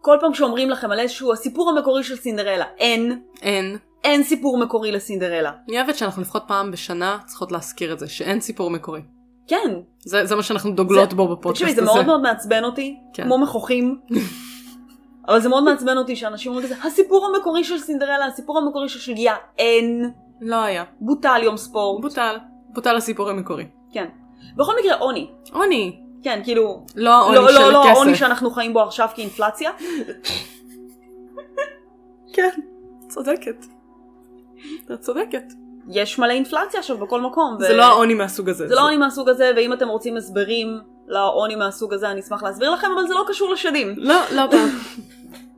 A: כל פעם שאומרים לכם על איזשהו הסיפור המקורי של סינדרלה, אין,
B: אין.
A: אין סיפור מקורי לסינדרלה.
B: אני אוהבת שאנחנו לפחות פעם בשנה צריכות להזכיר את זה, שאין סיפור מקורי.
A: כן,
B: זה, זה מה שאנחנו דוגלות
A: זה-
B: בו בפודקאסט
A: תקשיבי,
B: הזה.
A: זה מאוד מאוד מעצבן אותי,
B: כן.
A: כמו
B: [laughs]
A: מכוחים. אבל זה מאוד מעצבן אותי שאנשים אומרים כזה, הסיפור המקורי של סינדרלה, הסיפור המקורי של שלגיה, אין,
B: לא היה.
A: בוטל יום ספורט.
B: בוטל. בוטל הסיפור המקורי.
A: כן. בכל מקרה, עוני.
B: עוני.
A: כן, כאילו,
B: לא העוני
A: לא,
B: של
A: לא, לא
B: כסף.
A: העוני שאנחנו חיים בו עכשיו כאינפלציה.
B: כן. צודקת. את צודקת.
A: יש מלא אינפלציה עכשיו בכל מקום. ו-
B: זה לא העוני מהסוג הזה.
A: זה לא עוני מהסוג הזה, ואם אתם רוצים הסברים לעוני מהסוג הזה, אני אשמח להסביר לכם, אבל זה לא קשור לשדים.
B: לא, לא פעם.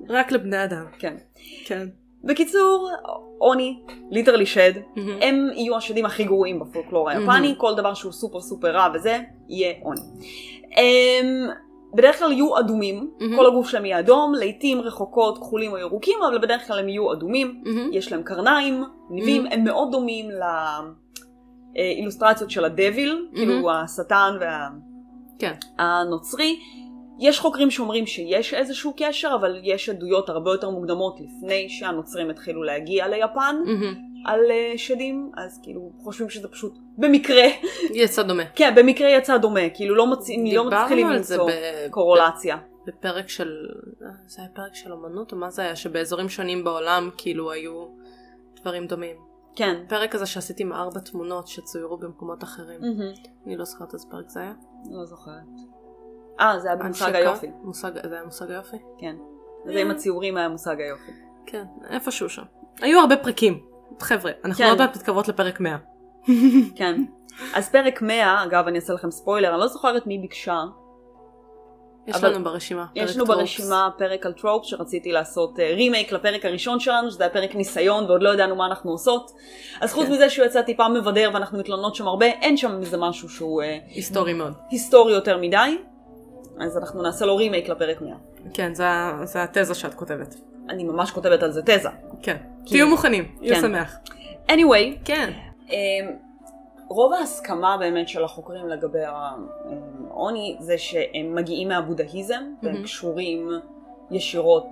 B: רק לבני אדם.
A: כן.
B: כן.
A: בקיצור, עוני, ליטרלי שד, הם יהיו השדים הכי גרועים בפולקלור היפני,
B: Mhm.
A: כל דבר שהוא סופר סופר רע וזה, יהיה עוני. הם, בדרך כלל יהיו אדומים,
B: Mhm.
A: כל הגוף שלהם יהיה אדום, לעיתים רחוקות כחולים או ירוקים, אבל בדרך כלל הם יהיו אדומים, יש להם קרניים, ניבים,
B: Mm-hmm.
A: הם מאוד דומים לאילוסטרציות של הדביל, כאילו השטן וה...
B: Mm-hmm. כן.
A: הנוצרי. יש חוקרים שאומרים שיש איזשהו קשר, אבל יש עדויות הרבה יותר מוקדמות לפני שהנוצרים התחילו להגיע ליפן
B: Mm-hmm.
A: על אה, שדים, אז כאילו חושבים שזה פשוט במקרה, [laughs]
B: יצא דומה.
A: כן, במקרה יצא דומה, כאילו לא מוצאים, לא מצליחים
B: על זה
A: למצוא
B: ב-
A: קורולציה.
B: בפרק של... זה היה פרק של אמנות או מה זה היה? שבאזורים שונים בעולם כאילו היו דברים דומים.
A: כן.
B: הפרק הזה שעשיתי עם ארבע תמונות שצוירו במקומות אחרים.
A: מהמם.
B: אני לא זוכרת איזה פרק זה היה.
A: Mm-hmm. לא זוכרת. אה, זה היה במושג
B: הנשקה?
A: היופי,
B: מושג- זה היה מושג היופי?
A: כן. זה עם הציורים היה מושג היופי.
B: כן, איפשהו שם. היו הרבה פרקים. חבר'ה, אנחנו
A: כן.
B: עוד מעט מתקרבות לפרק 100.
A: כן. אז פרק 100, אגב, אני אעשה לכם ספוילר, אני לא זוכרת מי ביקשה,
B: יש
A: אבל-
B: לנו ברשימה. פרק
A: יש לנו
B: טרופס.
A: ברשימה פרק על טרופס שרציתי לעשות אה, רימייק לפרק הראשון שלנו, שזה היה פרק ניסיון ועוד לא ידענו מה אנחנו עושות. אז חוץ
B: כן.
A: מזה שהוא יצא טיפה מבדר ואנחנו מתלוננות שם הרבה, אין שם איזה משהו שהוא אה,
B: היסטורי מאוד.
A: היסטורי יותר מדי, אז אנחנו נעשה לו רימייק לפרק 100.
B: כן, זה ה- זה התזה שאת כותבת.
A: אני ממש כותבת על זה תזה.
B: כן. תהיו מוכנים, יהיו
A: כן.
B: שמח.
A: anyway,
B: כן.
A: אמ, רוב ההסכמה באמת של החוקרים לגבי העוני זה שהם מגיעים מהבודהיזם והם
B: Mhm.
A: קשורים ישירות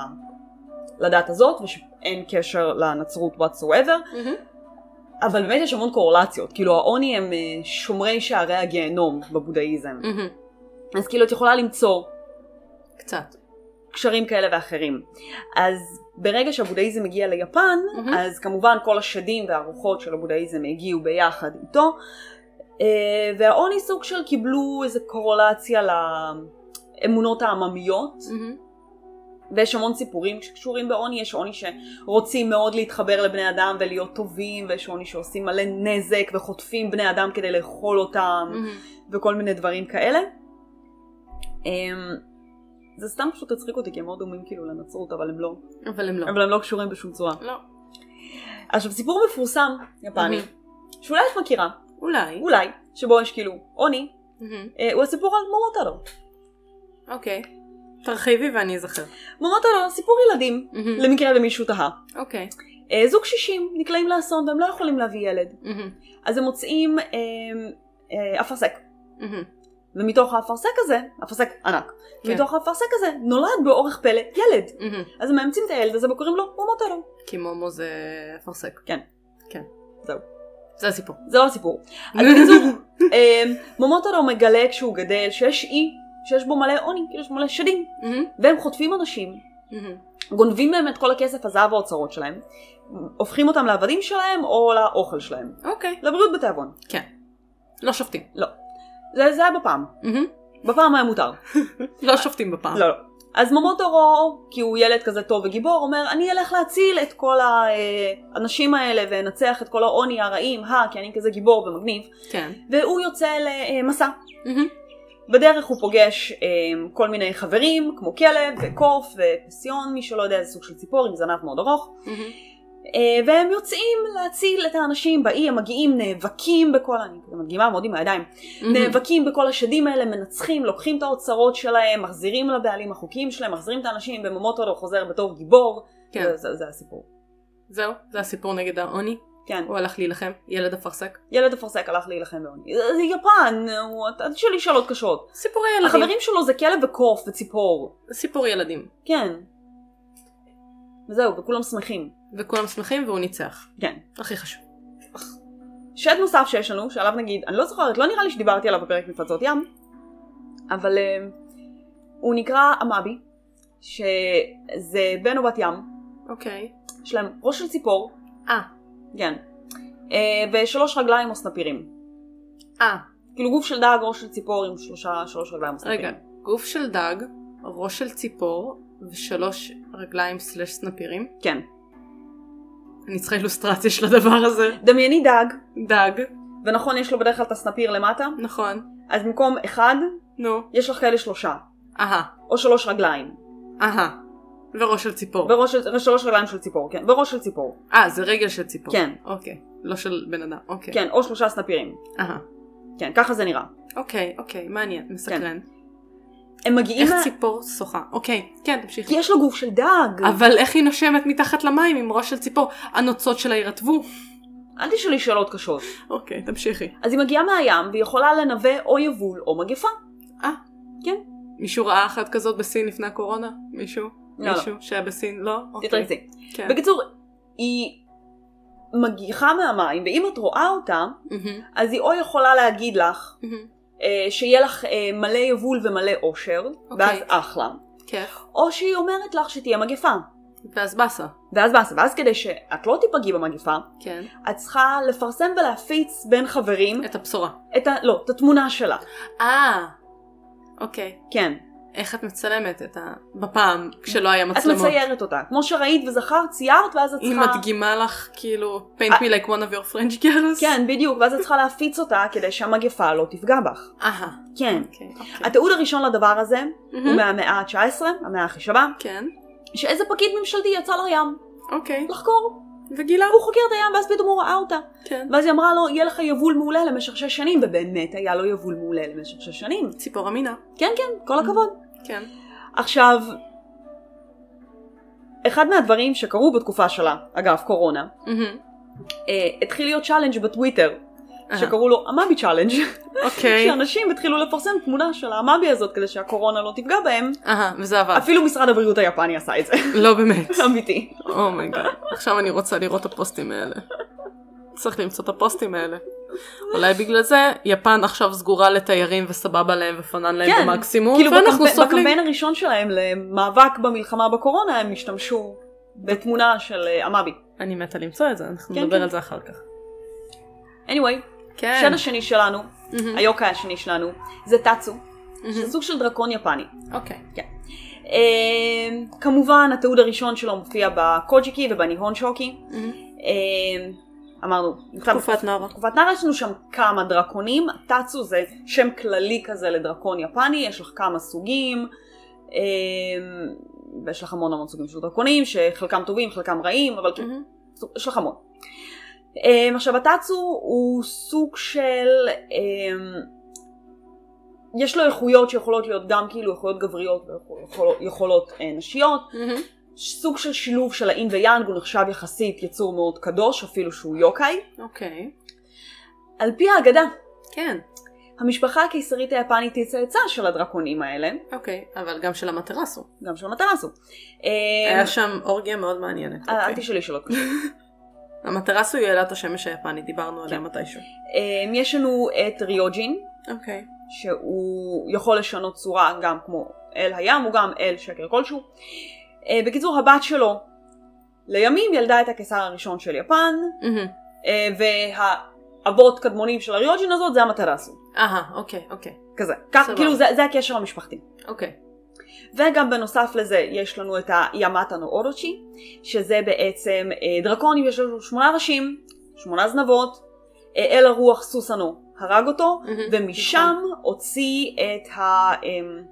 A: ל- לדת הזאת ושאין קשר לנצרות whatsoever אבל באמת יש המון קורלציות כאילו העוני הם אה, שומרי שערי הגיהנום בבודהיזם אז כאילו את יכולה למצוא
B: קצת.
A: קשרים כאלה ואחרים. אז ברגע שהבודהיזם הגיע ליפן,
B: מהמם.
A: אז כמובן כל השדים והרוחות של הבודהיזם הגיעו ביחד איתו, אה, והעוני סוג של קיבלו איזה קורלציה לאמונות העממיות, ויש המון סיפורים שקשורים בעוני, יש עוני שרוצים מאוד להתחבר לבני אדם ולהיות טובים, ויש עוני שעושים מלא נזק וחוטפים בני אדם כדי לאכול אותם, וכל מיני דברים כאלה. אמ, זה סתם פשוט הצחיק אותי כי הם מאוד דומים כאילו לנצרות אבל הם לא,
B: אבל הם לא.
A: אבל הם לא קשורים בשום צורה.
B: לא.
A: עכשיו סיפור מפורסם יפני שאולי את מכירה,
B: אולי.
A: אולי, שבו יש כאילו עוני,
B: מהמם.
A: אה, הוא הסיפור על מומוטרו.
B: אוקיי. תרחיבי ואני אזכר.
A: מומוטרו סיפור ילדים
B: מהמם.
A: למקרה למישהו תהה.
B: אוקיי.
A: אה, זוג קשישים נקלעים לאסון והם לא יכולים להביא ילד
B: מהמם.
A: אז הם מוצאים אה, אה, אפרסק
B: מהמם.
A: ומתוך האפרסק הזה, אפרסק ענק,
B: כן.
A: מתוך האפרסק הזה נולד באורך פלא ילד
B: מהמם.
A: אז הם מאמצים את הילד הזה וקוראים לו מומוטרו.
B: כי מומו זה אפרסק.
A: כן.
B: כן.
A: זהו.
B: זה הסיפור.
A: זה לא הסיפור. אז בקיצור, אה, מומוטרו מגלה כשהוא גדל שיש אי שיש בו מלא עוני, כאילו יש בו מלא שדים,
B: מהמם.
A: והם חוטפים אנשים,
B: מהמם.
A: גונבים מהם את כל הכסף, הזהב והאוצרות שלהם, הופכים אותם לעבדים שלהם או לאוכל שלהם,
B: אוקיי.
A: לבריאות בתיאבון.
B: כן. לא שופטים.
A: זה, זה היה בפעם,
B: מהמם.
A: בפעם היה מותר.
B: לא שופטים בפעם.
A: לא, לא. אז מומוטרו, כי הוא ילד כזה טוב וגיבור, אומר, אני אלך להציל את כל האנשים האלה ואנצח את כל העוני הרעים, ה, כי אני כזה גיבור ומגניב,
B: כן.
A: והוא יוצא למסע.
B: מהמם.
A: בדרך הוא פוגש אה, כל מיני חברים, כמו כלב וקוף ופסיון, מי שלא יודע איזה סוג של ציפור עם זנב מאוד ארוך.
B: מהמם.
A: אה, והם יוצאים להציל את האנשים באי, הם מגיעים, נאבקים בכל, אני כזה מדגימה מאוד עם הידיים, נאבקים בכל השדים האלה, מנצחים, לוקחים את האוצרות שלהם, מחזירים לבעלים החוקיים שלהם, מחזירים את האנשים, במומוטו חוזר בתור גיבור.
B: כן.
A: זה, זה, זה הסיפור.
B: זהו. זה הסיפור נגד העוני.
A: כן.
B: הוא הלך להילחם. ילד אפרסק.
A: ילד אפרסק הלך להילחם בעוני. זה, זה יפן, הוא עד שלי שאלות קשות.
B: סיפורי ילדים.
A: החברים שלו זה כלב וקוף וציפור.
B: סיפור ילדים.
A: כן. וזהו, וכולם שמחים.
B: וכולם שמחים והוא ניצח.
A: כן.
B: הכי חשוב.
A: שד נוסף שיש לנו, שעליו נגיד, אני לא זוכרת, לא נראה לי שדיברתי עליו בפרק מפלצות ים, אבל אה, הוא נקרא אמבי, שזה בן או בת ים,
B: אוקיי.
A: יש להם ראש של ציפור,
B: אה.
A: כן, אה, ושלוש רגליים או סנפירים.
B: אה.
A: כאילו גוף של דג, ראש של ציפור עם שלושה, שלוש רגליים או סנפירים.
B: רגע. גוף של דג, ראש של ציפור, ושלוש רגליים סלש סנפירים.
A: כן.
B: אני צריכה אילוסטרציה של הדבר הזה.
A: דמייני דג,
B: דג.
A: ונכון יש לו בדרך כלל את הסנפיר למטה,
B: נכון.
A: אז במקום אחד,
B: נו.
A: יש לך כאלה שלושה,
B: אהה.
A: או שלוש רגליים.
B: אהה. וראש של ציפור.
A: וראש של, שלוש רגליים של ציפור, כן, וראש של ציפור,
B: אה, זה רגל של ציפור.
A: כן.
B: אוקיי. לא של בן אדם. אוקיי.
A: כן, או שלושה סנפירים.
B: אהה.
A: כן, ככה זה נראה.
B: אוקיי, אוקיי. מעניין. מסקרן.
A: הם מגיעים...
B: איך
A: מה-
B: ציפור שוחה. אוקיי. כן, תמשיכי.
A: כי יש לו גוף של דג.
B: אבל איך היא נושמת מתחת למים עם ראש של ציפור? הנוצות שלה יירטבו.
A: אל תשאלי שאלות קשות.
B: אוקיי, תמשיכי.
A: אז היא מגיעה מהים והיא יכולה לנבא או יבול או מגפה.
B: מישהו ראה אחת כזאת בסין לפני הקורונה? מישהו?
A: לא, לא.
B: מישהו שהיה בסין? לא? אוקיי.
A: תתרכזי.
B: כן.
A: בקיצור, היא מגיחה מהמים, ואם את רואה אותה,
B: מהמם,
A: אז היא או יכולה להגיד לך
B: מהמם.
A: אה, שיהיה לך אה, מלא יבול ומלא אושר,
B: אוקיי.
A: ואז אחלה.
B: כיף.
A: או שהיא אומרת לך שתהיה מגפה.
B: ואז באסה.
A: ואז באסה, ואז כדי שאת לא תיפגעי במגפה,
B: כן.
A: את צריכה לפרסם ולהפיץ בין חברים
B: את הבשורה.
A: את ה... לא, את התמונה שלה.
B: אה. אוקיי.
A: כן.
B: איך את מצלמת את ה... בפעם כשלא היה
A: את
B: מצלמות.
A: מציירת אותה. כמו שראית וזכרת, ציירת, ואז את
B: היא
A: צריכה...
B: מדגימה לך כאילו paint me like one of your French girls.
A: אה. כן, בדיוק, ואז את צריכה להפיץ אותה כדי שהמגפה לא תפגע בך.
B: אהה.
A: כן.
B: אוקיי.
A: התיעוד הראשון לדבר הזה הוא
B: מהמם.
A: מהמאה ה-19, המאה הכי שווה,
B: כן.
A: שאיזה פקיד ממשלתי יצא לים
B: אוקיי.
A: לחקור,
B: וגילה.
A: הוא חוקר את הים ואז פתאום הוא ראה אותה.
B: כן.
A: ואז היא אמרה לו, יהיה לך יבול מעולה למשך שש שנים, ובאמת היה לו יבול מעולה למשך שש שנים.
B: ציפור אמינה.
A: כן, כן, כל הכבוד.
B: כן.
A: עכשיו, אחד מהדברים שקרו בתקופה שלה, אגב, קורונה,
B: מהמם.
A: אה, התחיל להיות צ'אלנג' בטוויטר.
B: אה.
A: שקראו לו המאבי צ'אלנג',
B: [laughs]
A: [laughs]
B: אוקיי.
A: שאנשים התחילו לפרסם תמונה של המאבי הזאת כדי שהקורונה לא תפגע בהם,
B: אהה, וזה עבד.
A: [laughs] אפילו משרד הבריאות היפני עשה את זה, [laughs]
B: לא באמת.
A: אמיתי.
B: אומייגאד. Oh עכשיו אני רוצה לראות את הפוסטים האלה. צריך למצוא את הפוסטים האלה. אולי בגלל זה יפן עכשיו סגורה לתיירים וסבבה להם ופנן להם
A: כן,
B: במקסימום,
A: כאילו
B: ואנחנו
A: בקמפ-
B: סובלים.
A: בקמפיין הראשון שלהם למאבק במלחמה בקורונה הם השתמשו בתמונה של אה, המאבי.
B: אני מתה למצוא את זה, אנחנו
A: כן,
B: נדבר
A: כן.
B: על זה אחר כך.
A: anyway,
B: כן.
A: השד השני שלנו,
B: Mm-hmm.
A: היוקה השני שלנו, זה טאצו, שזה סוג של דרקון יפני.
B: אוקיי.
A: אה, כמובן התיעוד הראשון שלו מופיע בקוג'יקי ובניהון שוקי. אה, אמרנו,
B: תקופת נארה.
A: תקופת נארה יש לנו שם כמה דרקונים, טאצו זה שם כללי כזה לדרקון יפני, יש לך כמה סוגים, אה, ויש לך המון המון סוגים של דרקונים, שחלקם טובים, חלקם רעים, אבל כאילו, יש לך המון. אה, עכשיו הטאצו הוא סוג של, אה, יש לו איכויות שיכולות להיות גם כאילו איכויות גבריות ויכולות אה, נשיות, סוג של שילוב של האין ויאנג, הוא נחשב יחסית יצור מאוד קדוש, אפילו שהוא יוקאי.
B: אוקיי.
A: על פי האגדה,
B: כן.
A: המשפחה הקיסרית היפנית היא צאצא של הדרקונים האלה,
B: אוקיי. אבל גם של המטרסו.
A: גם של מטרסו. אה,
B: היה שם אורגיה מאוד מעניינת.
A: אה,
B: אוקיי.
A: אל תשאלי שאלות.
B: המטרסו היא אלת השמש היפנית, דיברנו
A: כן.
B: עליה מתישהו.
A: אה, יש לנו את ריוג'ין,
B: אוקיי.
A: שהוא יכול לשנות צורה גם כמו אל הים, הוא גם אל שקר כלשהו. אה, בקיצור, הבת שלו לימים ילדה את הקיסר הראשון של יפן, אה, והאבות קדמונים של הריוג'ין הזאת זה המטרסו.
B: אהה, אוקיי, אוקיי.
A: כזה. כך,
B: סבבה.
A: כאילו זה, זה הקשר המשפחתי.
B: אוקיי.
A: וגם בנוסף לזה יש לנו את היאמטה נו אורוצ'י, שזה בעצם אה, דרקון, יש לנו שמונה ראשים, שמונה זנבות, אה, אל הרוח סוסנו הרג אותו,
B: [laughs] מהמם.
A: ומשם
B: נכון.
A: הוציא את ה... אמ,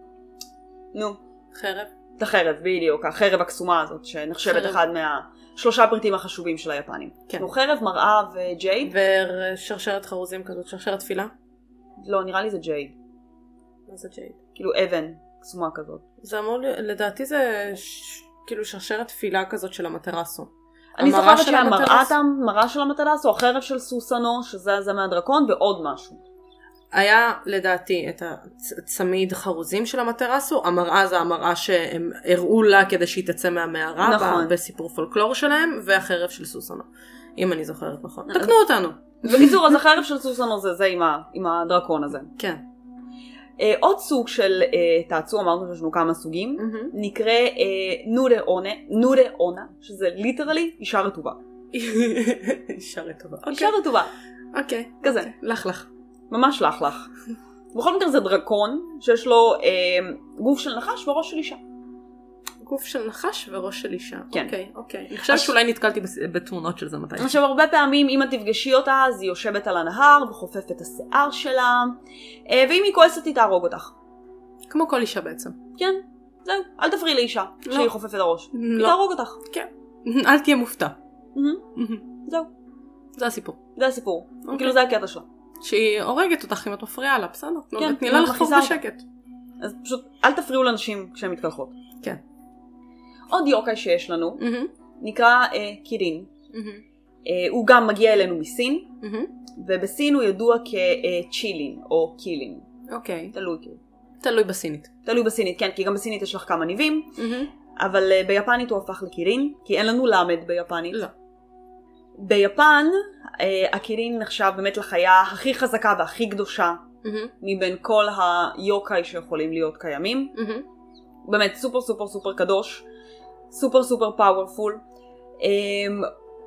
A: נו,
B: חרב.
A: את החרב, בדיוק, החרב הקסומה הזאת, שנחשבת
B: חרב.
A: אחד מהשלושה פריטים החשובים של היפנים.
B: כן.
A: נו, חרב, מראה וג'ייד?
B: ושרשרת חרוזים כזאת, שרשרת תפילה.
A: לא, נראה לי זה ג'ייד.
B: מה זה ג'ייד?
A: כאילו אבן קסומה כזאת.
B: זה אמור להיות, לדעתי זה ש... כאילו שרשרת תפילה כזאת של המטרסו.
A: אני
B: המראה
A: זוכרת
B: של
A: שהמראה
B: המטרס.
A: המראה של המטרס או החרב של סוסנו, שזה זה מהדרקון, ועוד משהו.
B: היה לדעתי את הצמיד חרוזים של המטרסו, המראה זה המראה שהם הראו לה כדי שהיא תצא מהמערה,
A: נכון.
B: ב- בסיפור פולקלור שלהם, והחרב של סוסנו, אם אני זוכרת נכון.
A: אז-
B: תקנו אותנו.
A: בקיצור, אז החרב של סוסנו זה זה עם, ה, עם הדרקון הזה.
B: [laughs] כן.
A: אה, עוד סוג של אה, תעצור, אמרנו שיש לנו כמה סוגים, נקרא אה, נורה אונה, נורה אונה, שזה ליטרלי אישה רטובה.
B: אוקיי. אישה רטובה.
A: אישה רטובה,
B: אוקיי.
A: כזה,
B: לך לך.
A: ממש לך לך. בכל מקרה זה דרקון שיש לו אה, גוף של נחש וראש של אישה.
B: גוף של נחש וראש של אישה.
A: כן.
B: אוקיי, אוקיי. אני חושבת
A: אז- אה.
B: שאולי נתקלתי בס- בתמונות של זה מתי.
A: עכשיו הרבה פעמים אם את תפגשי אותה אז היא יושבת על הנהר וחופפת את השיער שלה אה, ואם היא כועסת היא תהרוג אותך.
B: כמו כל אישה בעצם.
A: כן, זהו, אל תפריעי לאישה
B: לא.
A: שהיא חופפת הראש. היא
B: לא. [laughs]
A: תהרוג אותך.
B: אל תהיה מופתע.
A: מהמם, זהו,
B: זה הסיפור.
A: זה הסיפור.
B: אוקיי.
A: כאילו זה הקטע שלה.
B: שהיא הורגת אותך אם את מפריעה לה, בסדר. לא נו,
A: כן,
B: תני
A: היא
B: לה לחפור
A: מכניסה אותה.
B: בשקט.
A: אז פשוט אל תפריעו לנשים כשהן מתקלחות.
B: כן.
A: עוד יוקאי שיש לנו
B: מהמם,
A: נקרא אה, קירין.
B: מהמם,
A: אה, הוא גם מגיע אלינו מסין,
B: מהמם.
A: ובסין הוא ידוע כצ'ילין או קילין.
B: אוקיי.
A: תלוי כאילו.
B: תלוי בסינית.
A: תלוי בסינית, כן, כי גם בסינית יש לך כמה ניבים.
B: מהמם.
A: אבל אה, ביפנית הוא הפך לקירין, כי אין לנו למד ביפנית.
B: לא.
A: ביפן אה, הקירין נחשב באמת לחיה הכי חזקה והכי קדושה
B: מהמם,
A: מבין כל היוקאי שיכולים להיות קיימים.
B: מהמם.
A: באמת סופר סופר סופר קדוש, סופר סופר פאוורפול. אמ,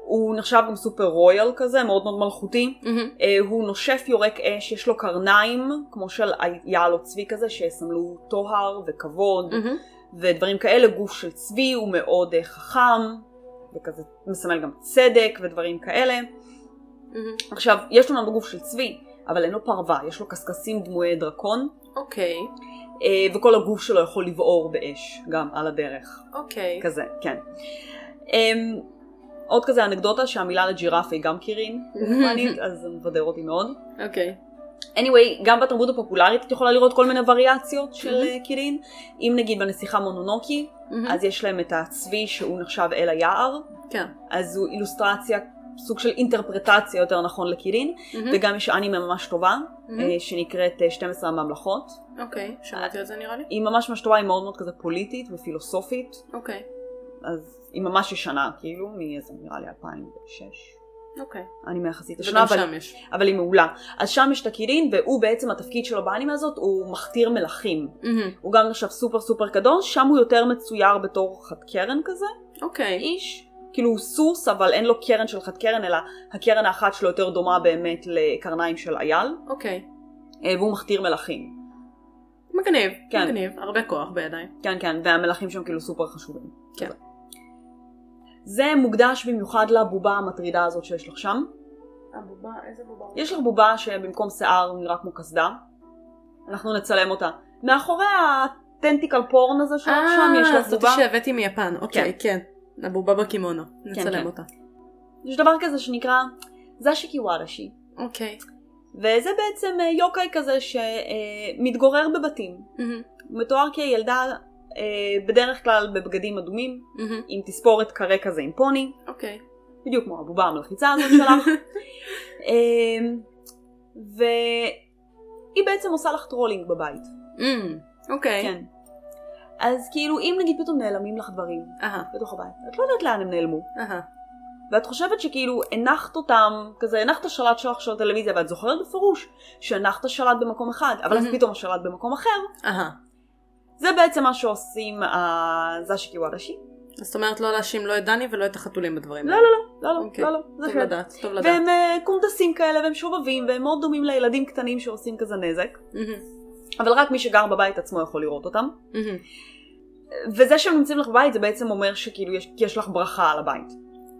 A: הוא נחשב גם סופר רויאל כזה, מאוד מאוד מלכותי.
B: מהמם.
A: אה, הוא נושף יורק אש, יש לו קרניים, כמו של יעל או צבי כזה, שיסמלו טוהר וכבוד.
B: מהמם.
A: ודברים כאלה, גוף של צבי הוא מאוד אה, חכם, וכזה מסמל גם צדק ודברים כאלה.
B: מהמם.
A: עכשיו, יש לו גוף של צבי, אבל אין לו פרווה, יש לו קשקשים דמויי דרקון,
B: אוקיי.
A: אה, וכל הגוף שלו יכול לבעור באש, גם על הדרך,
B: אוקיי.
A: כזה, כן. אמ, עוד כזה אנקדוטה שהמילה לג'ירף היא גם קירין, בזמנית, אז זה מבדר אותי מאוד.
B: אוקיי.
A: anyway, גם בתרבות הפופולרית את יכולה לראות כל מיני וריאציות של אה, קירין. אם נגיד בנסיכה מונונוקי,
B: מהמם.
A: אז יש להם את הצבי שהוא נחשב אל היער,
B: כן.
A: אז הוא אילוסטרציה סוג של אינטרפרטציה יותר נכון לקירין,
B: מהמם.
A: וגם יש אנימה ממש טובה,
B: מהמם.
A: אה, שנקראת אה, 12 הממלכות.
B: אוקיי, שמעתי על זה נראה לי.
A: היא ממש ממש טובה, היא מאוד מאוד כזה פוליטית ופילוסופית,
B: אוקיי,
A: אז היא ממש ישנה, כאילו, מאיזה נראה לי 2006.
B: אוקיי.
A: אנימה יחסית ישנה,
B: וגם
A: אבל,
B: שם יש.
A: אבל היא מעולה. אז שם יש את הקירין, והוא בעצם, התפקיד שלו באנימה הזאת, הוא מכתיר מלכים.
B: מהמם.
A: הוא גם נחשב סופר סופר קדוש, שם הוא יותר מצויר בתור חד קרן כזה,
B: אוקיי.
A: איש. כאילו הוא סוס, אבל אין לו קרן של חד קרן, אלא הקרן האחת שלו יותר דומה באמת לקרניים של אייל,
B: אוקיי.
A: אה, והוא מכתיר מלכים.
B: מגניב.
A: כן.
B: מגניב. הרבה כוח בידיים.
A: כן, כן, והמלכים שם כאילו סופר חשובים.
B: כן.
A: זה מוקדש במיוחד לבובה המטרידה הזאת שיש לך שם.
B: הבובה, איזה בובה?
A: יש לך בובה שבמקום שיער הוא נראה כמו קסדה. אנחנו נצלם אותה. מאחורי הטנטיקל פורן הזה שלך שם יש לך
B: זאת
A: בובה.
B: אה, שהבאתי מיפן. אוקיי, כן. הבובה בקימונו.
A: כן.
B: נצלם אותה.
A: יש דבר כזה שנקרא זאשיקי ווארשי.
B: אוקיי.
A: וזה בעצם אה, יוקאי כזה שמתגורר בבתים.
B: מהמם.
A: הוא מתואר כילדה אה, בדרך כלל בבגדים אדומים,
B: מהמם.
A: עם תספורת קרה כזה עם פוני,
B: אוקיי.
A: בדיוק כמו הבובה המלחיצה הזאת שלך. אה, והיא בעצם עושה לך טרולינג בבית.
B: אמ, אוקיי.
A: כן. אז כאילו אם נגיד פתאום נעלמים לך דברים
B: אהה.
A: בתוך הבית, את לא יודעת לאן הם נעלמו,
B: אהה.
A: ואת חושבת שכאילו הנחת אותם, כזה הנחת שלט שלך של הטלוויזיה, ואת זוכרת בפירוש שהנחת שלט במקום אחד, אבל אז
B: Mhm.
A: פתאום השלט במקום אחר,
B: אהה.
A: זה בעצם מה שעושים אה, הזאשיקי וואדשי.
B: זאת אומרת לא להאשים לא את דני ולא את החתולים בדברים
A: לא,
B: האלה.
A: לא, לא,
B: אוקיי.
A: לא, לא, זה
B: טוב
A: כן.
B: לדעת, טוב לדעת.
A: והם אה, קונדסים כאלה והם שובבים והם מאוד דומים לילדים קטנים שעושים כזה נזק,
B: מהמם.
A: אבל רק מי שגר בבית עצמו יכול לראות אותם.
B: מהמם.
A: וזה שהם נמצאים לך בבית זה בעצם אומר שכאילו יש, יש לך ברכה על הבית.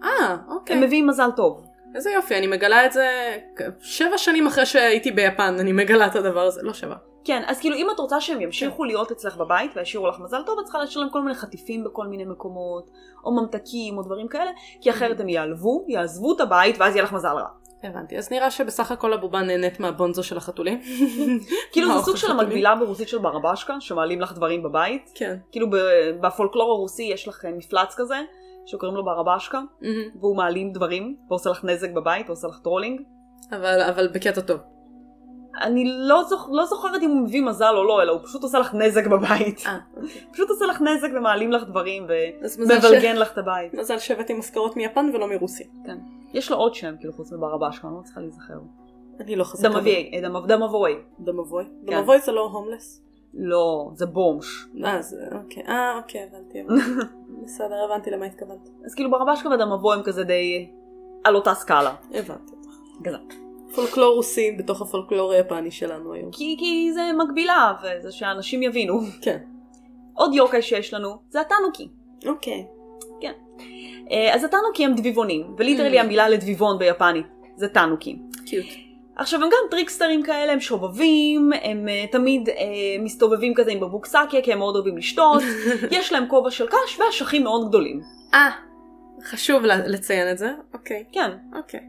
B: אה, אוקיי.
A: הם מביאים מזל טוב.
B: איזה יופי, אני מגלה את זה כ- שבע שנים אחרי שהייתי ביפן, אני מגלה את הדבר הזה. לא שבע.
A: כן, אז כאילו אם את רוצה שהם ימשיכו להיות אצלך בבית וישאירו לך מזל טוב, את צריכה להשאיר להם כל מיני חטיפים בכל מיני מקומות, או ממתקים או דברים כאלה, כי
B: Mm-hmm.
A: אחרת הם ייעלבו, יעזבו את הבית ואז יהיה לך מזל רע.
B: הבנתי. אז נראה שבסך הכל הבובה נהנית מהבונזו
A: [laughs]
B: של החתולים.
A: כאילו זה
B: מה,
A: סוג של
B: חתולים?
A: המקבילה ברוסית של ברבשקה, שמעלים לך דברים בבית.
B: כן.
A: כאילו ב- בפולקלור הרוסי יש לך אה, מפלץ כזה, שקוראים לו ברבשקה,
B: מהמם.
A: והוא מעלים דברים, ועושה לך נזק בבית, ועושה לך טרולינג.
B: אבל אבל בקטע טוב.
A: אני לא, זוכ... לא זוכרת אם הוא מביא מזל או לא, אלא הוא פשוט עושה לך נזק בבית. [laughs]
B: אה,
A: פשוט עושה לך נזק ומעלים לך דברים
B: אז מזל ש-
A: ומבלגן לך את הבית.
B: מזל שהבאתי משכורות מיפן ולא מרוסיה.
A: יש לו עוד שם, כאילו, חוץ מברבשקה, אני לא צריכה להיזכר. אה,
B: אני לא חזקה.
A: דמבוי, דמבוי.
B: דמבוי.
A: כן.
B: דמבוי זה לא הומלס.
A: לא, זה בומש.
B: אה, זה אוקיי. אה, אוקיי,
A: [laughs]
B: הבנתי. הבנתי. בסדר, הבנתי למה התכוונת.
A: אז כאילו ברבשקה ודמבוי הם כזה די על אותה סקאלה.
B: הבנתי אותך.
A: כזה.
B: פולקלור רוסי בתוך הפולקלור היפני שלנו היום.
A: כי, כי זה מקבילה, וזה שאנשים יבינו.
B: כן.
A: עוד יוקאי שיש לנו, זה התנוקי.
B: אוקיי.
A: אה, אז התנוקי הם דביבונים, וליטרלי
B: Mm.
A: המילה לדביבון ביפנית זה תנוקי.
B: קיוט.
A: עכשיו הם גם טריקסטרים כאלה, הם שובבים, הם אה, תמיד אה, מסתובבים כזה עם בבוק סאקיה כי הם מאוד אוהבים
B: [laughs]
A: לשתות, יש להם כובע של קש ואשכים מאוד גדולים.
B: אה, חשוב ל- לציין את זה. אוקיי.
A: כן.
B: אוקיי.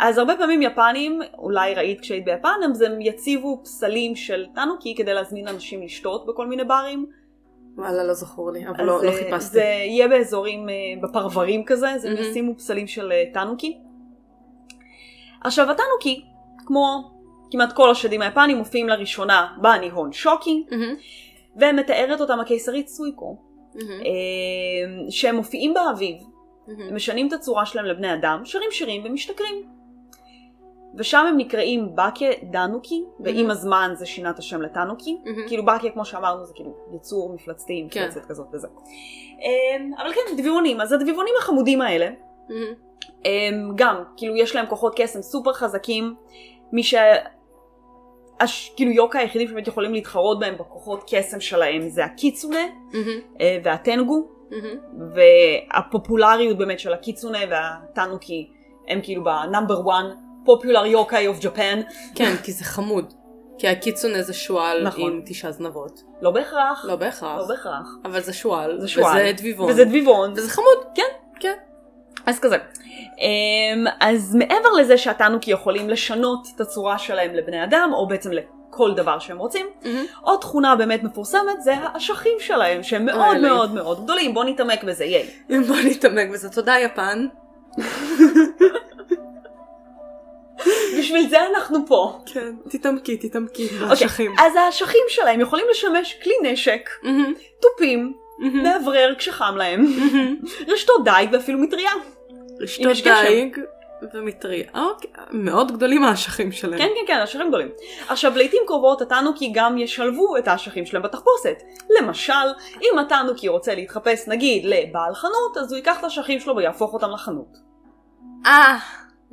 A: אז הרבה פעמים יפנים, אולי ראית כשהיית ביפן, הם, הם יציבו פסלים של תנוקי כדי להזמין אנשים לשתות בכל מיני ברים.
B: וואלה, לא זכור לי, אבל
A: אז,
B: לא לא
A: אה,
B: חיפשתי.
A: זה יהיה באזורים, אה, בפרברים כזה, אז הם
B: מהמם.
A: ישימו פסלים של אה, תנוקי. עכשיו התנוקי, כמו כמעט כל השדים היפנים, מופיעים לראשונה בניהון שוקי,
B: מהמם,
A: ומתארת אותם הקיסרית סויקו,
B: מהמם,
A: אה, שהם מופיעים באביב,
B: מהמם.
A: הם משנים את הצורה שלהם לבני אדם, שרים שירים ומשתכרים. ושם הם נקראים בקיה דנוקי, ועם הזמן זה שינה את השם לטנוקי.
B: מהמם.
A: כאילו בקיה, כמו שאמרנו, זה כאילו יצור מפלצתי,
B: כן.
A: מפלצת כזאת וזה. אמ, אבל כן, דביבונים. אז הדביבונים החמודים האלה,
B: מהמם.
A: הם גם, כאילו יש להם כוחות קסם סופר חזקים, מי שה... הש... כאילו יוקה היחידים שבאמת יכולים להתחרות בהם בכוחות קסם שלהם זה הקיצונה
B: מהמם,
A: אה, והטנגו,
B: מהמם.
A: והפופולריות באמת של הקיצונה והטנוקי הם כאילו בנאמבר 1, פופולר יוקאי אוף ג'פן,
B: כן, כי זה חמוד. כי הקיצון זה שועל
A: נכון.
B: עם תשעה זנבות.
A: לא בהכרח,
B: לא בהכרח.
A: לא בהכרח,
B: אבל זה שועל.
A: זה שועל.
B: וזה דביבון.
A: וזה דביבון,
B: וזה חמוד. כן, כן.
A: אז כזה. אמ, אז מעבר לזה שהטנוקי יכולים לשנות את הצורה שלהם לבני אדם, או בעצם לכל דבר שהם רוצים, עוד תכונה באמת מפורסמת זה האשכים שלהם, שהם מאוד
B: אוי, אלוהים.
A: מאוד מאוד גדולים, בוא נתעמק בזה, ייי.
B: בוא נתעמק בזה. תודה יפן.
A: בשביל זה אנחנו
B: [laughs]
A: פה.
B: כן, תתעמקי, תתעמקי,
A: אוקיי,
B: באשכים.
A: אז האשכים שלהם יכולים לשמש כלי נשק,
B: מהמם,
A: תופים,
B: מהמם,
A: מאוורר כשחם להם,
B: מהמם.
A: רשתות דיג ואפילו מטריה. אם
B: רשתות
A: יש גשם.
B: דייג ומטריה. אוקיי, מאוד גדולים האשכים שלהם.
A: כן, כן, כן, אשכים גדולים. עכשיו, לעיתים קרובות התנוקי גם ישלבו את האשכים שלהם בתחפושת. למשל, אם התנוקי רוצה להתחפש נגיד לבעל חנות, אז הוא ייקח את האשכים שלו ויהפוך אותם לחנות.
B: אה,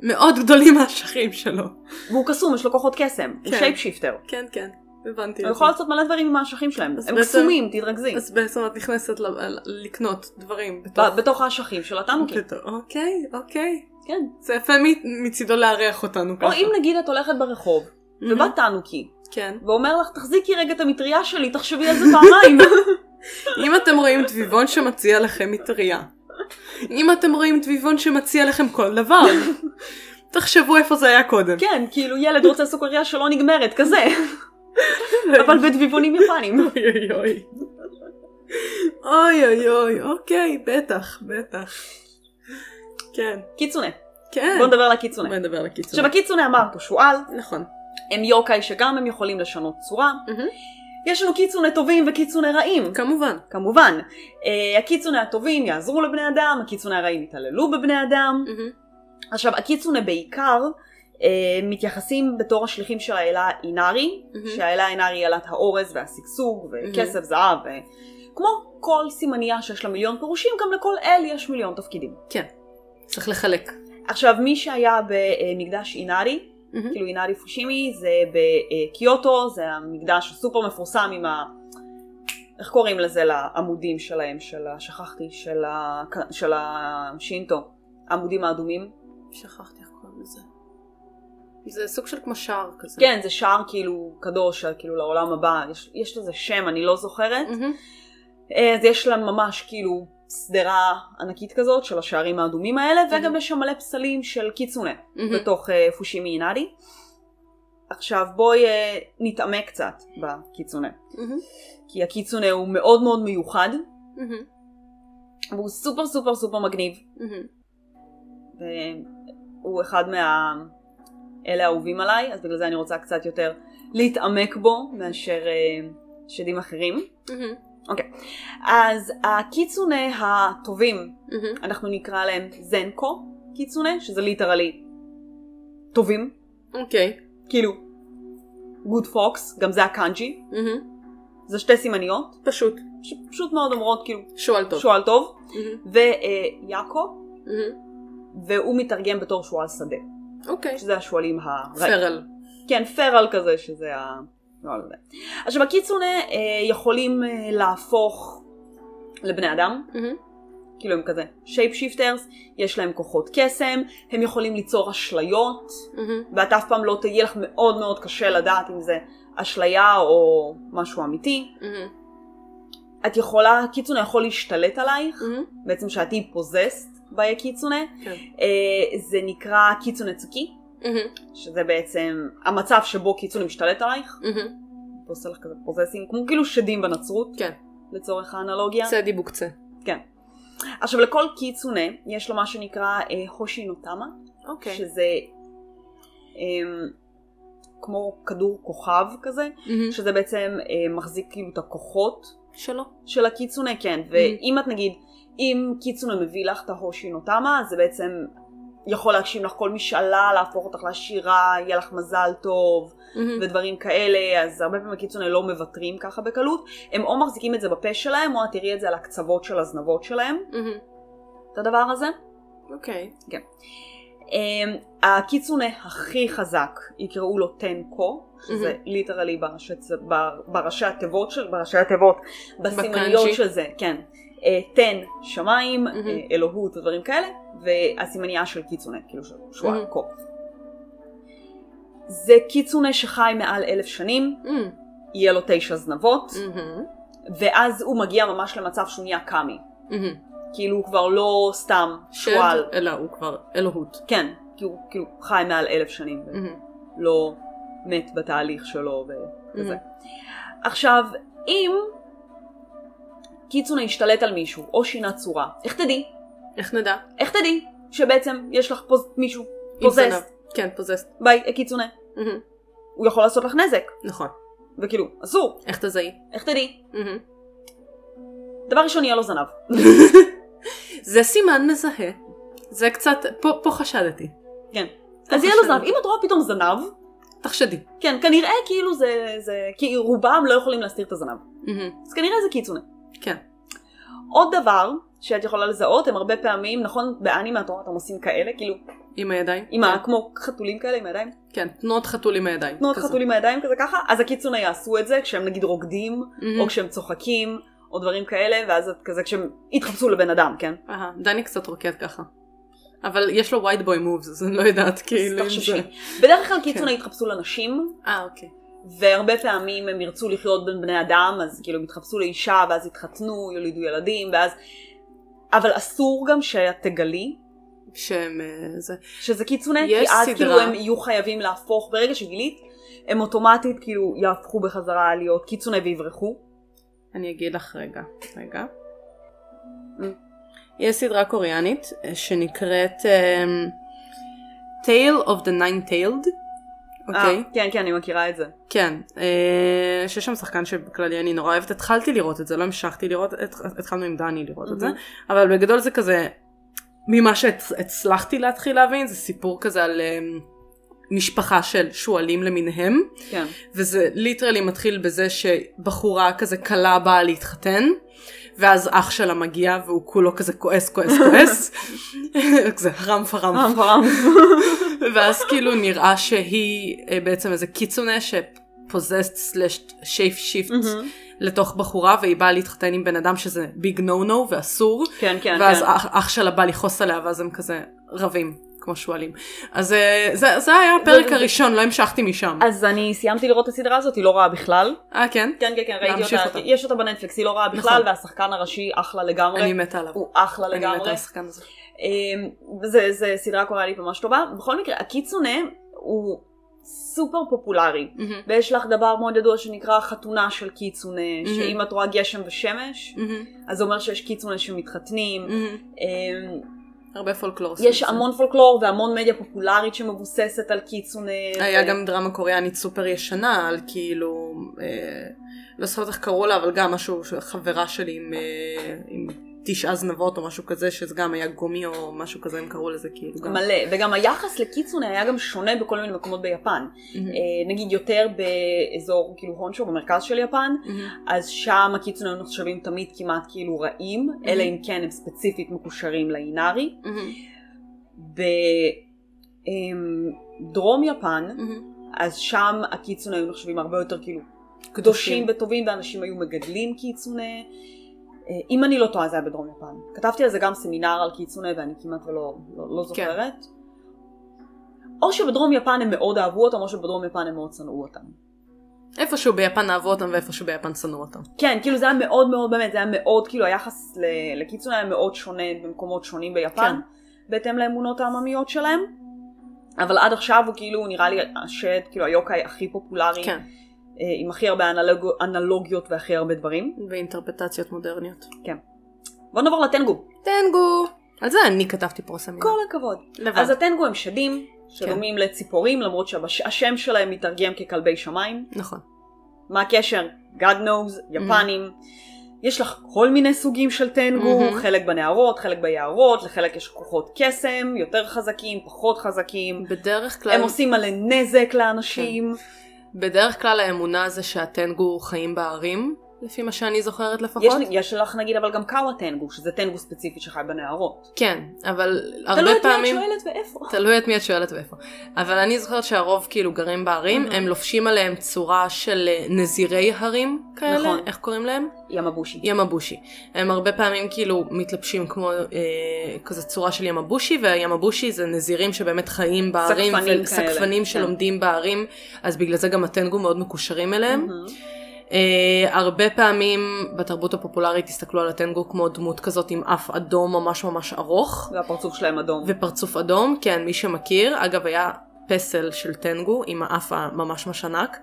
B: מאוד גדולים האשכים שלו.
A: והוא קסום, יש לו כוחות קסם, הוא
B: כן.
A: שייפשיפטר.
B: כן, כן, הבנתי.
A: הוא
B: את
A: יכול
B: זה.
A: לעשות מלא דברים עם האשכים שלהם,
B: אז
A: הם
B: בעצם-
A: קסומים, תתרכזי.
B: אז בעצם את נכנסת ל- ל- לקנות דברים בתוך...
A: ב- בתוך האשכים של התנוקי,
B: בתוך- אוקיי, אוקיי.
A: כן.
B: זה יפה מ- מצידו לארח אותנו ככה.
A: או אם נגיד את הולכת ברחוב,
B: מהמם,
A: ובא תנוקי,
B: כן.
A: ואומר לך, תחזיקי רגע את המטריה שלי, תחשבי על זה
B: [laughs]
A: פעמיים.
B: אם אתם רואים דביבון שמציע לכם מטריה. אם אתם רואים דביבון שמציע לכם כל [laughs] דבר. תחשבו איפה זה היה קודם.
A: כן, כאילו ילד רוצה סוכריה שלא נגמרת, כזה.
B: כן,
A: אבל בדביבונים יפנים.
B: אוי אוי אוי. אוי אוי אוי, אוקיי, בטח, בטח. כן,
A: קיצונה.
B: כן.
A: בואו נדבר על הקיצונה.
B: בוא נדבר על הקיצור.
A: עכשיו הקיצונה אמר פה שועל,
B: נכון.
A: הם יוקאי שגם הם יכולים לשנות צורה.
B: מהמם.
A: יש לנו קיצונה טובים וקיצונה רעים.
B: כמובן.
A: כמובן, אה, הקיצונה הטובים יעזרו לבני אדם, הקיצונה הרעים יתעללו בבני אדם. עכשיו, הקיצונה בעיקר אה, מתייחסים בתור השליחים של האלה אינארי,
B: מהמם.
A: שהאלה אינארי היא אלת האורז והשגשוג וכסף
B: מהמם.
A: זהב. ו... כמו כל סימניה שיש לה מיליון פירושים, גם לכל אל יש מיליון תפקידים.
B: כן. צריך לחלק.
A: עכשיו, מי שהיה במקדש אינארי, כאילו אינארי פושימי, זה בקיוטו, זה המקדש הסופר מפורסם עם ה... איך קוראים לזה לעמודים שלהם, של ה... שכחתי, של, ה... של השינטו, העמודים האדומים?
B: שכחתי איך קוראים לזה. זה סוג של כמו שער כזה.
A: כן, זה שער כאילו קדוש, כאילו לעולם הבא, יש, יש לזה שם, אני לא זוכרת.
B: מהמם.
A: אה, אז יש לה ממש כאילו שדרה ענקית כזאת של השערים האדומים האלה, וגם
B: Mhm.
A: יש שם מלא פסלים של קיצונה.
B: מהמם.
A: בתוך אה, פושימי אינארי. עכשיו בואי אה, נתעמק קצת בקיצונה,
B: מהמם.
A: כי הקיצונה הוא מאוד מאוד מיוחד,
B: מהמם.
A: והוא סופר סופר סופר מגניב,
B: מהמם.
A: והוא אחד מה... אלה האהובים עליי, אז בגלל זה אני רוצה קצת יותר להתעמק בו מאשר אה, שדים אחרים.
B: מהמם.
A: אז הקיצונה הטובים,
B: מהמם.
A: אנחנו נקרא להם זנקו קיצונה, שזה ליטרלי טובים,
B: אוקיי.
A: כאילו גוד פוקס, גם זה הקאנג'י,
B: מהמם.
A: זה שתי סימניות,
B: פשוט.
A: שפשוט מאוד אומרות כאילו
B: שועל טוב.
A: שועל טוב,
B: מהמם.
A: ויעקב,
B: מהמם.
A: והוא מתרגם בתור שועל שדה,
B: אוקיי.
A: שזה השועלים הרעים.
B: פרל.
A: כן, פרל כזה, שזה ה... לא יודע. עכשיו הקיצונה אה, יכולים אה, להפוך לבני אדם,
B: מהמם.
A: כאילו הם כזה שייפ שיפטרס, יש להם כוחות קסם, הם יכולים ליצור אשליות,
B: מהמם.
A: ואת אף פעם לא תהיה לך מאוד מאוד קשה לדעת אם זה אשליה או משהו אמיתי.
B: מהמם.
A: את יכולה, הקיצונה יכול להשתלט עלייך,
B: מהמם.
A: בעצם שאתי פוזסט בקיצונה,
B: Mm. כן.
A: אה, זה נקרא קיצונה צוקי,
B: מהמם.
A: שזה בעצם המצב שבו קיצונה משתלט עלייך,
B: מהמם.
A: הוא עושה לך כזה פוזסים, כמו כאילו שדים בנצרות,
B: כן.
A: לצורך האנלוגיה.
B: צדי בוקצה.
A: כן. עכשיו לכל קיצונה יש לו מה שנקרא אה, הושינוטמה,
B: אוקיי.
A: שזה אה, כמו כדור כוכב כזה,
B: מהמם.
A: שזה בעצם אה, מחזיק כאילו את הכוחות
B: שלא.
A: של הקיצונה, כן. ואם את נגיד, אם קיצונה מביא לך את ההושינותמה, אז זה בעצם יכול להגשים לך כל משאלה, להפוך אותך לעשירה, יהיה לך מזל טוב,
B: מהמם.
A: ודברים כאלה, אז הרבה פעמים הקיצונה לא מוותרים ככה בקלות. הם או מחזיקים את זה בפה שלהם, או את תראי את זה על הקצוות של הזנבות שלהם,
B: מהמם.
A: את הדבר הזה.
B: אוקיי.
A: אמ, הקיצונה הכי חזק, יקראו לו טנקו, שזה ליטרלי בראשי צ- בר- בראשי התיבות של, בראשי התיבות, בסימניות
B: בקאנג'י.
A: של זה, כן. אה, תן שמיים,
B: מהמם.
A: אה, אלוהות ודברים כאלה, והסימניה של קיצונה, כאילו של שועל
B: מהמם.
A: קו. זה קיצונה שחי מעל אלף שנים,
B: מהמם.
A: יהיה לו תשע זנבות,
B: מהמם.
A: ואז הוא מגיע ממש למצב שהוא נהיה קאמי.
B: מהמם.
A: כאילו הוא כבר לא סתם שועל.
B: שד, אלא הוא כבר אלוהות.
A: כן, כי הוא כאילו חי מעל אלף שנים. לא מת בתהליך שלו ו- וזה. עכשיו, אם קיצונה השתלט על מישהו או שינה צורה, איך תדעי?
B: איך נדע?
A: איך תדעי שבעצם יש לך פה מישהו
B: עם זנב.
A: פוזס?
B: כן, פוזסט.
A: ביי, קיצונה.
B: מהמם.
A: הוא יכול לעשות לך נזק,
B: נכון.
A: וכאילו, אסור,
B: איך תזהי?
A: איך תדעי?
B: מהמם.
A: דבר ראשון, יהיה לו זנב.
B: [laughs] זה סימן מזהה. זה קצת, פה, פה חשדתי.
A: כן.
B: לא
A: אז יהיה לו
B: חשוב.
A: זנב. אם את רואה פתאום זנב,
B: תחשדי.
A: כן, כנראה כאילו זה, זה, כי רובם לא יכולים להסתיר את הזנב.
B: מהמם.
A: אז כנראה זה קיצוני.
B: כן.
A: עוד דבר שאת יכולה לזהות, הם הרבה פעמים, נכון, באנימה את רואה אותם עושים כאלה, כאילו,
B: עם הידיים?
A: עם ה... כמו חתולים כאלה עם הידיים,
B: כן, תנועות חתול עם הידיים.
A: תנועות
B: כזה.
A: חתול עם הידיים כזה ככה, אז הקיצוני יעשו את זה כשהם נגיד רוקדים,
B: מהמם.
A: או כשהם צוחקים, או דברים כאלה, ואז את כזה כשהם התחפשו לבן אדם, כן?
B: אהה, דני קצת רוקד ככה. אבל יש לו white boy moves, אז אני לא יודעת כאילו
A: אז
B: אם
A: תחששי.
B: זה... כן.
A: בדרך כלל קיצוני יתחפשו לנשים,
B: אה, אוקיי.
A: והרבה פעמים הם ירצו לחיות בין בני אדם, אז כאילו הם יתחפשו לאישה, ואז יתחתנו, יולידו ילדים, ואז... אבל אסור גם שאת תגלי
B: שהם אה, זה...
A: שזה קיצונה, כי
B: יש
A: אז
B: סדרה.
A: כאילו הם יהיו חייבים להפוך, ברגע שגילית, הם אוטומטית כאילו יהפכו בחזרה להיות קיצונה ויברחו.
B: אני אגיד לך רגע. רגע.
A: Mm.
B: יש סדרה קוריאנית אה, שנקראת אה, Tale of the Nine Tailed. אוקיי?
A: אה, כן, כן, אני מכירה את זה.
B: כן, אה, שיש שם שחקן שבכללי אני נורא אוהבת, התחלתי לראות את זה, לא המשכתי לראות, הת- התחלנו עם דני לראות את זה,
A: מהמם.
B: אבל בגדול זה כזה, ממה שהצלחתי להתחיל להבין, זה סיפור כזה על אה, משפחה של שועלים למיניהם, [laughs]
A: כן.
B: וזה ליטרלי מתחיל בזה שבחורה כזה כלה באה להתחתן, ואז אח שלה מגיע והוא כולו כזה כועס, כועס, כועס, כזה רמפה
A: פעם
B: רמפה.
A: פעם.
B: ואז כאילו נראה שהיא אה, בעצם איזה קיצונה שפוזסט סלש שייפ שיפט
A: מהמם.
B: לתוך בחורה והיא באה להתחתן עם בן אדם שזה ביג נו נו ואסור
A: כן, כן,
B: ואז אה,
A: כן.
B: אח, אח שלה בא לכעוס עליה ואז הם כזה רבים כמו שועלים. אז אה, זה, זה היה הפרק
A: זה-
B: הראשון לא המשכתי משם.
A: אז אני סיימתי לראות את הסדרה הזאת, היא לא רעה בכלל.
B: אה כן?
A: כן, כן, כן, ראיתי
B: להמשיך
A: אותה.
B: אותה.
A: יש אותה בנטפליקס, היא לא רעה בכלל,
B: נכון.
A: והשחקן הראשי אחלה לגמרי.
B: אני מתה עליו.
A: הוא אחלה
B: אני מתה
A: לגמרי.
B: על השחקן הזה.
A: אמ, זה, זה סדרה קוריאנית ממש טובה. בכל מקרה, הקיצונה הוא סופר פופולרי.
B: מהמם,
A: ויש לך דבר מאוד ידוע שנקרא חתונה של קיצונה,
B: Mhm.
A: שאם את רואה גשם ושמש,
B: מהמם,
A: אז זה אומר שיש קיצונה שמתחתנים.
B: מהמם.
A: אמ,
B: הרבה פולקלור.
A: יש
B: סביב זה.
A: המון פולקלור והמון מדיה פופולרית שמבוססת על קיצונה.
B: היה
A: ו-
B: גם דרמה קוריאנית סופר ישנה על כאילו, אה, לא זוכרת איך קראו לה, אבל גם משהו, ש- חברה שלי עם, אה, עם תשעה זנבות או משהו כזה, שזה גם היה גומי או משהו כזה, הם קראו לזה כאילו גם.
A: מלא, וגם היחס לקיצונה היה גם שונה בכל מיני מקומות ביפן.
B: מהמם,
A: אה, נגיד יותר באזור כאילו הונשו במרכז של יפן,
B: מהמם,
A: אז שם הקיצונים היו נחשבים תמיד כמעט כאילו רעים,
B: Mm-hmm.
A: אלא אם כן הם ספציפית מקושרים לאינארי.
B: מהמם,
A: בדרום אמ, יפן,
B: מהמם.
A: אז שם הקיצונים היו נחשבים הרבה יותר כאילו
B: קדושים.
A: קדושים וטובים, ואנשים היו מגדלים קיצונה. אה, אם אני לא טועה זה היה בדרום יפן. כתבתי על זה גם סמינר על קיצונה ואני כמעט ולא לא, לא
B: כן.
A: זוכרת. או שבדרום יפן הם מאוד אהבו אותם, או שבדרום יפן הם מאוד שנאו אותם.
B: איפשהו ביפן אהבו אותם ואיפשהו ביפן שנאו אותם.
A: כן, כאילו זה היה מאוד מאוד, באמת, זה היה מאוד, כאילו היחס ל- לקיצון היה מאוד שונה במקומות שונים
B: כן.
A: ביפן, בהתאם לאמונות העממיות שלהם. אבל עד עכשיו הוא כאילו נראה לי השד, כאילו היוקאי הכי פופולרי,
B: כן,
A: אה, עם הכי הרבה אנלוג... אנלוגיות והכי הרבה דברים.
B: באינטרפטציות מודרניות.
A: בוא נעבור לטנגו.
B: טנגו! על זה אני כתבתי פרסמים.
A: כל הכבוד. כן.
B: לבד.
A: אז הטנגו הם שדים, שדומים לציפורים, למרות שהשם שלהם מתרגם ככלבי שמיים.
B: נכון.
A: מה הקשר? God knows, יפנים. יש לך כל מיני סוגים של טנגו,
B: Mhm.
A: חלק בנהרות, חלק ביערות, לחלק יש כוחות קסם, יותר חזקים, פחות חזקים.
B: בדרך כלל...
A: הם עושים מלא נזק לאנשים.
B: בדרך כלל האמונה זה שהטנגו חיים בערים, לפי מה שאני זוכרת לפחות.
A: יש, יש לך נגיד אבל גם קאווה טנגו, שזה טנגו ספציפי שחי בנהרות.
B: כן, אבל הרבה
A: תלוי את מי את
B: פעמים...
A: שואלת ואיפה.
B: תלוי את מי את שואלת ואיפה. אבל אני זוכרת שהרוב כאילו גרים בערים,
A: Mhm.
B: הם לובשים עליהם צורה של אה, נזירי הרים כאלה,
A: נכון.
B: איך קוראים להם?
A: ימבושי.
B: ימבושי. הם הרבה פעמים כאילו מתלבשים כמו אה, כזה צורה של ימבושי, והימבושי זה נזירים שבאמת חיים בערים,
A: סקפנים כאלה,
B: ו- סקפנים
A: כן.
B: שלומדים בערים, אז בגלל זה גם הטנגו מאוד מקושרים אליהם.
A: Mhm.
B: Uh, הרבה פעמים בתרבות הפופולרית הסתכלו על הטנגו כמו דמות כזאת עם אף אדום ממש ממש ארוך
A: והפרצוף שלהם אדום.
B: ופרצוף אדום, כן מי שמכיר, אגב היה פסל של טנגו עם האף הממש ממש ענק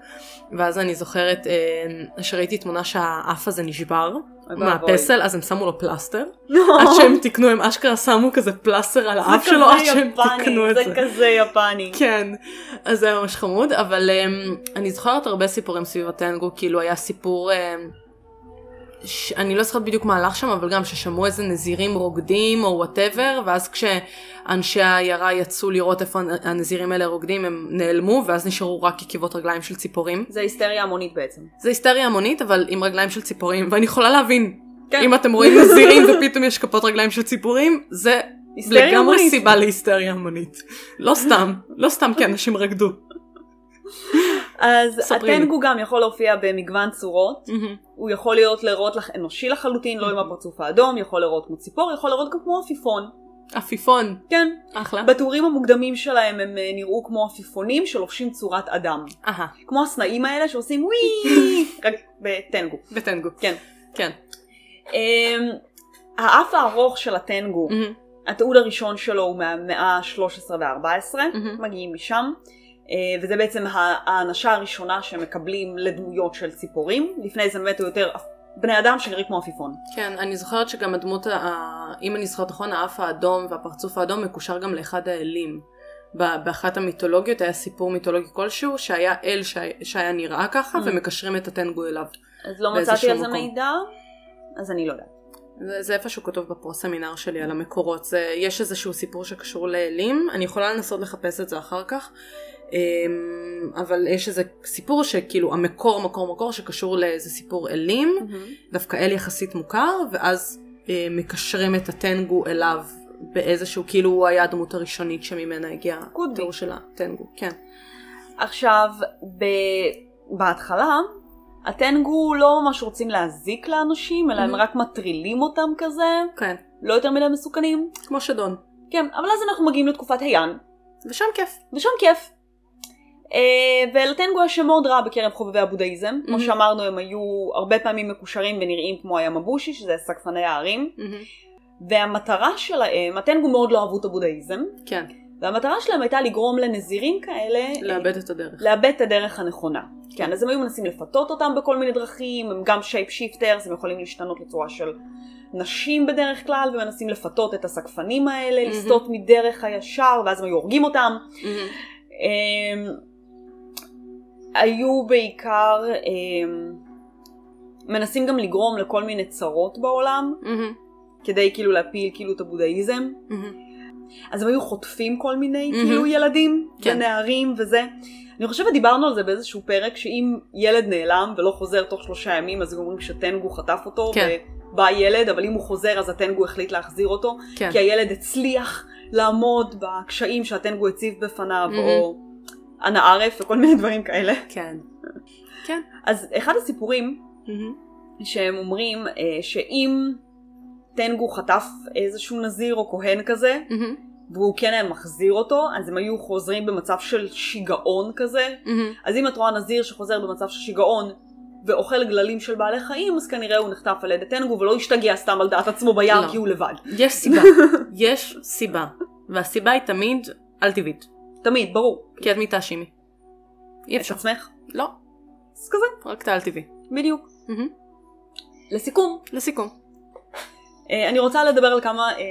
B: ואז אני זוכרת אה, שראיתי תמונה שהאף הזה נשבר
A: אוי ואבוי. [laughs] לא,
B: מהפסל אז הם שמו לו פלסטר
A: נו,
B: עד שהם תיקנו הם אשכרה שמו כזה פלסטר על האף שלו עד שהם תיקנו את
A: זה כזה יפני.
B: כן, אז זה היה ממש חמוד, אבל אמ, אני זוכרת הרבה סיפורים סביב הטנגו, כאילו היה סיפור, אמ, ש... אני לא זוכרת בדיוק מה הלך שם, אבל גם ששמעו איזה נזירים רוקדים או וואטאבר, ואז כשאנשי העיירה יצאו לראות איפה הנ- הנזירים האלה רוקדים, הם נעלמו, ואז נשארו רק עקיבות רגליים של ציפורים.
A: זה היסטריה המונית בעצם.
B: זה היסטריה המונית, אבל עם רגליים של ציפורים, ואני יכולה להבין.
A: כן.
B: אם אתם רואים נזירים ופתאום יש כפות רגליים של ציפורים, זה
A: היסטריה
B: לגמרי
A: המונית.
B: סיבה להיסטריה המונית. לא סתם, לא סתם
A: [laughs]
B: כי אנשים רקדו.
A: אז
B: ספרי לי.
A: הטנגו גם יכול להופיע במגוון צורות. הוא יכול להיות להיראות לך אנושי לחלוטין, לא עם
B: Mhm.
A: הפרצוף האדום, יכול להיראות כמו ציפור, יכול להיראות גם כמו עפיפון.
B: עפיפון,
A: כן.
B: אחלה.
A: בתיאורים המוקדמים שלהם הם אה, נראו כמו עפיפונים שלובשים צורת אדם.
B: אהה,
A: כמו הסנאים האלה שעושים
B: [laughs]
A: וואי, רק בטנגו.
B: בטנגו.
A: כן.
B: כן.
A: אמ, האף הארוך של הטנגו,
B: מהמם,
A: התיעוד הראשון שלו הוא מהמאה ה-13 וה-14,
B: מהמם.
A: מגיעים משם, אה, וזה בעצם ה- האנשה הראשונה שמקבלים לדמויות של ציפורים, לפני זה באמת הוא יותר אפ- בני אדם שנראים כמו עפיפון.
B: כן, אני זוכרת שגם הדמות, ה- ה- אם אני זוכרת נכון, האף האדום והפרצוף האדום מקושר גם לאחד האלים. ב- באחת המיתולוגיות היה סיפור מיתולוגי כלשהו שהיה אל שהיה- שהיה נראה ככה
A: Mm.
B: ומקשרים את הטנגו אליו.
A: אז לא
B: באיזשהו
A: מצאתי על זה
B: מקום.
A: מידע, אז אני לא יודעת.
B: זה, זה איפשהו כתוב בפרו סמינר שלי על המקורות, זה, יש איזשהו סיפור שקשור לאלים, אני יכולה לנסות לחפש את זה אחר כך, אמ, אבל יש איזה סיפור שכאילו המקור מקור מקור שקשור לאיזה סיפור אלים, דווקא אל יחסית מוכר, ואז אה, מקשרים את הטנגו אליו באיזשהו, כאילו הוא היה הדמות הראשונית שממנה הגיע
A: be.
B: התיאור של הטנגו, כן.
A: עכשיו, ב... בהתחלה, הטנגו לא ממש רוצים להזיק לאנשים, אלא הם
B: Mhm.
A: רק מטרילים אותם כזה,
B: כן,
A: לא יותר מדי מסוכנים.
B: כמו שדון,
A: כן, אבל אז אנחנו מגיעים לתקופת היאן,
B: ושם כיף.
A: ושם כיף. אה, ולטנגו יש שם מאוד רע בקרב חובבי הבודהיזם. כמו
B: Mhm.
A: שאמרנו, הם היו הרבה פעמים מקושרים ונראים כמו הימבושי, שזה סקפני ההרים. והמטרה שלהם, הטנגו מאוד לא אהבו את הבודהיזם,
B: כן,
A: והמטרה שלהם הייתה לגרום לנזירים כאלה... אה,
B: לאבד את הדרך.
A: לאבד את הדרך הנכונה. כן, אז הם היו מנסים לפתות אותם בכל מיני דרכים, הם גם שייפ שיפטרס, הם יכולים להשתנות לצורה של נשים בדרך כלל, ומנסים לפתות את הסגפנים האלה,
B: מהמם.
A: לסטות מדרך הישר, ואז הם היו הורגים אותם.
B: מהמם.
A: אמ, היו בעיקר אמ, מנסים גם לגרום לכל מיני צרות בעולם,
B: מהמם.
A: כדי כאילו להפיל כאילו את הבודהיזם.
B: מהמם.
A: אז הם היו חוטפים כל מיני
B: מהמם.
A: כאילו ילדים
B: כן.
A: ונערים וזה. אני חושבת דיברנו על זה באיזשהו פרק שאם ילד נעלם ולא חוזר תוך שלושה ימים אז הם אומרים שטנגו חטף אותו
B: כן.
A: ובא ילד אבל אם הוא חוזר אז הטנגו החליט להחזיר אותו
B: כן.
A: כי הילד הצליח לעמוד בקשיים שהטנגו הציב בפניו
B: מהמם.
A: או אנא ערף וכל מיני דברים כאלה.
B: כן. כן.
A: אז אחד הסיפורים שהם אומרים אה, שאם טנגו חטף איזשהו נזיר או כהן כזה והוא כן היה מחזיר אותו, אז הם היו חוזרים במצב של שיגעון כזה. אז אם את רואה נזיר שחוזר במצב של שיגעון ואוכל גללים של בעלי חיים, אז כנראה הוא נחטף על ידי טנגו ולא השתגע סתם על דעת עצמו ביער
B: לא.
A: כי הוא לבד.
B: יש [laughs] סיבה, יש סיבה, והסיבה היא תמיד על טבעית,
A: תמיד, ברור.
B: כי את מתאשימי. אי
A: את
B: אפשר.
A: עצמך.
B: לא,
A: אז כזה,
B: רק את העל טבעי.
A: בדיוק.
B: מהמם.
A: לסיכום,
B: לסיכום.
A: אה, אני רוצה לדבר על כמה אה,